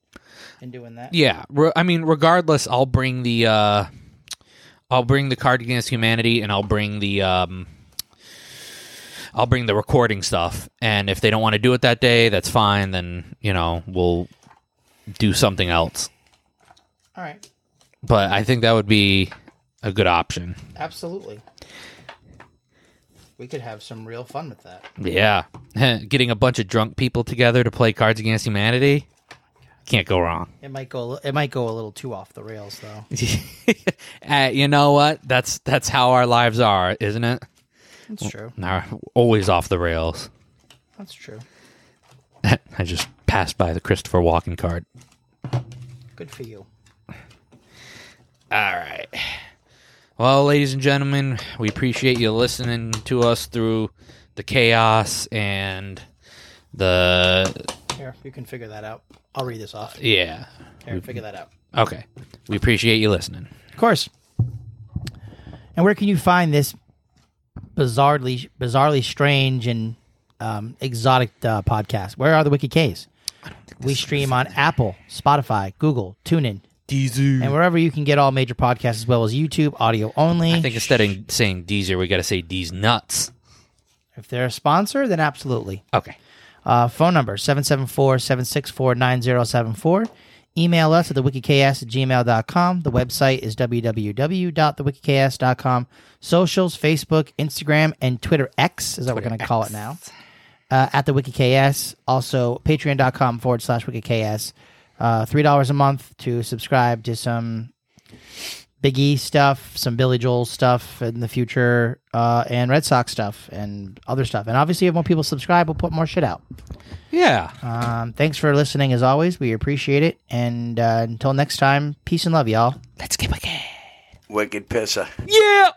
Speaker 2: in doing that.
Speaker 1: Yeah, re- I mean, regardless, I'll bring the uh, I'll bring the card against humanity, and I'll bring the um, I'll bring the recording stuff. And if they don't want to do it that day, that's fine. Then you know we'll do something else.
Speaker 2: All right.
Speaker 1: But I think that would be a good option.
Speaker 2: Absolutely. We could have some real fun with that.
Speaker 1: Yeah, getting a bunch of drunk people together to play Cards Against Humanity can't go wrong.
Speaker 2: It might go a li- it might go a little too off the rails though.
Speaker 1: Uh, you know what? That's that's how our lives are, isn't it?
Speaker 2: That's true.
Speaker 1: Nah, always off the rails.
Speaker 2: That's true.
Speaker 1: I just passed by the Christopher Walken card.
Speaker 2: Good for you.
Speaker 1: All right. Well, ladies and gentlemen, we appreciate you listening to us through the chaos and the
Speaker 2: Here, you can figure that out. I'll read this off.
Speaker 1: yeah.
Speaker 2: Here, figure that out.
Speaker 1: Okay. We appreciate you listening.
Speaker 2: Of course. And where can you find this bizarrely bizarrely strange and um, exotic uh, podcast? Where are the Wiki K's? We stream on Apple, Spotify, Google, TuneIn,
Speaker 1: Deezer.
Speaker 2: and wherever you can get all major podcasts, as well as YouTube audio only.
Speaker 1: I think instead of saying Deezer, we got to say D's nuts.
Speaker 2: if they're a sponsor, then absolutely.
Speaker 1: Okay.
Speaker 2: Uh, phone number 774-764-9074. Email us at thewikiks at gmail.com. The website is www.thewikiks.com. Socials, Facebook, Instagram, and Twitter X is what we're going to call it now. Uh, at the WikiKS. Also, patreon.com forward slash WikiKS. Uh, $3 a month to subscribe to some Big E stuff, some Billy Joel stuff in the future, uh, and Red Sox stuff and other stuff. And obviously, if more people subscribe, we'll put more shit out.
Speaker 1: Yeah.
Speaker 2: Um, thanks for listening as always. We appreciate it. And uh, until next time, peace and love, y'all.
Speaker 1: Let's give a game.
Speaker 4: Wicked pisser.
Speaker 1: Yeah.